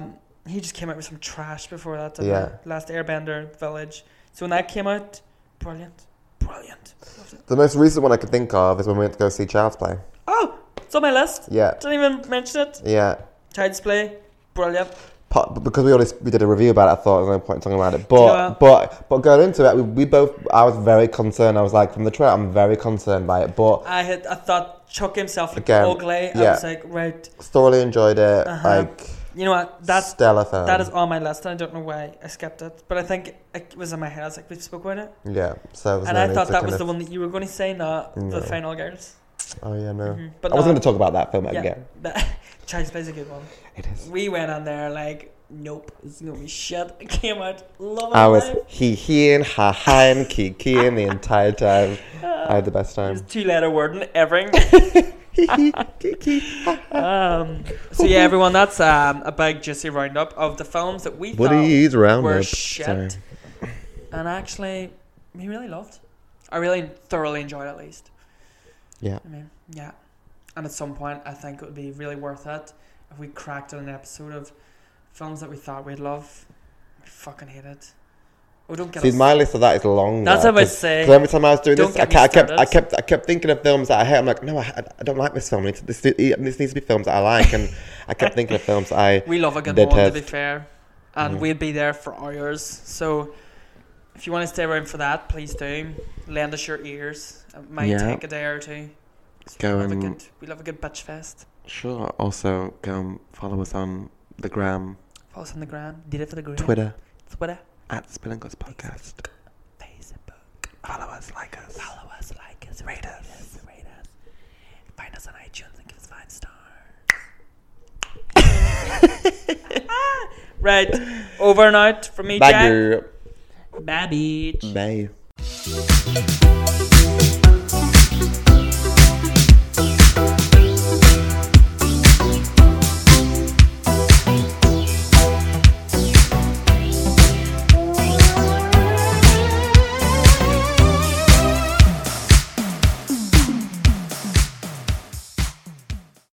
S1: Um, he just came out with some trash before that. didn't
S2: Yeah.
S1: he? Last Airbender Village. So when that came out, brilliant, brilliant. Loved it.
S2: The most recent one I could think of is when we went to go see Child's Play.
S1: Oh, it's on my list.
S2: Yeah,
S1: Didn't even mention it.
S2: yeah.
S1: Child's Play, brilliant.
S2: Part, but because we already we did a review about it, I thought there was no point in talking about it. But
S1: Yeah.
S2: but but going into it, we, we both I was very concerned. I was like, from the trailer, I'm very concerned by it. But
S1: I had I thought Chuck himself looked
S2: Again,
S1: ugly. I
S2: yeah.
S1: was like, right,
S2: thoroughly enjoyed it.
S1: Uh-huh.
S2: Like
S1: you know what? That's
S2: stellar film.
S1: that is on my list, and I don't know why I skipped it. But I think it was in my head. I was like, we spoke about it,
S2: yeah. So it was
S1: and
S2: no
S1: I
S2: need
S1: thought
S2: to
S1: that
S2: kind
S1: was the
S2: of-
S1: one that you were going to say, not
S2: No.
S1: the Final Girls.
S2: Oh yeah, no.
S1: Mhm. But
S2: I
S1: no,
S2: wasn't going to talk about that film
S1: yeah,
S2: again.
S1: that, Child's Play's a good one.
S2: It is.
S1: We went on there like, nope, it's gonna be shit. It came out loving
S2: I was
S1: life.
S2: he heeing, ha haing, ki kiing the entire time. I had the best
S1: It was
S2: time.
S1: two letter word and everything.
S2: Hee hee, ki ki.
S1: um, so yeah, everyone, that's um, a big juicy roundup of the films that we thought
S2: Woody's
S1: were
S2: roundup.
S1: shit,
S2: Sorry.
S1: and actually we really loved. I really thoroughly enjoyed it, at least.
S2: Yeah.
S1: I mean, yeah. And at some point, I think it would be really worth it if we cracked on an episode of films that we thought we'd love, we fucking hated. Oh, don't get
S2: See,
S1: us.
S2: my list of that is longer.
S1: That's what I
S2: 'cause-
S1: say.
S2: 'cause every time I was doing
S1: Don't
S2: this, I
S1: get
S2: kept, I
S1: me
S2: kept, I
S1: started.
S2: kept, I kept thinking of films that I hate. I'm like, no, I, I don't like this film. It's- This, this needs to be films that I like, and I kept thinking of films that I.
S1: We love a good
S2: They
S1: one, to
S2: test.
S1: be fair. And
S2: Mhm.
S1: we'll be there for hours. So if you want to stay around for that, please do. Lend us your ears. It might
S2: Yeah.
S1: take a day or two. 'Cause
S2: Go
S1: we, love a
S2: and-
S1: good, we love a good bitch fest.
S2: Sure. Also, go and follow us on the gram,
S1: Follow us on the gram. Did it for the gram.
S2: Twitter
S1: Twitter.
S2: at Spill and Guts Podcast.
S1: Facebook.
S2: Follow us, like us.
S1: Follow us, like us, rate us, rate us. Find us on iTunes and give us five stars. right, over and out from me,
S2: Thank
S1: Jack.
S2: you.
S1: Bye, bitch.
S2: Bye.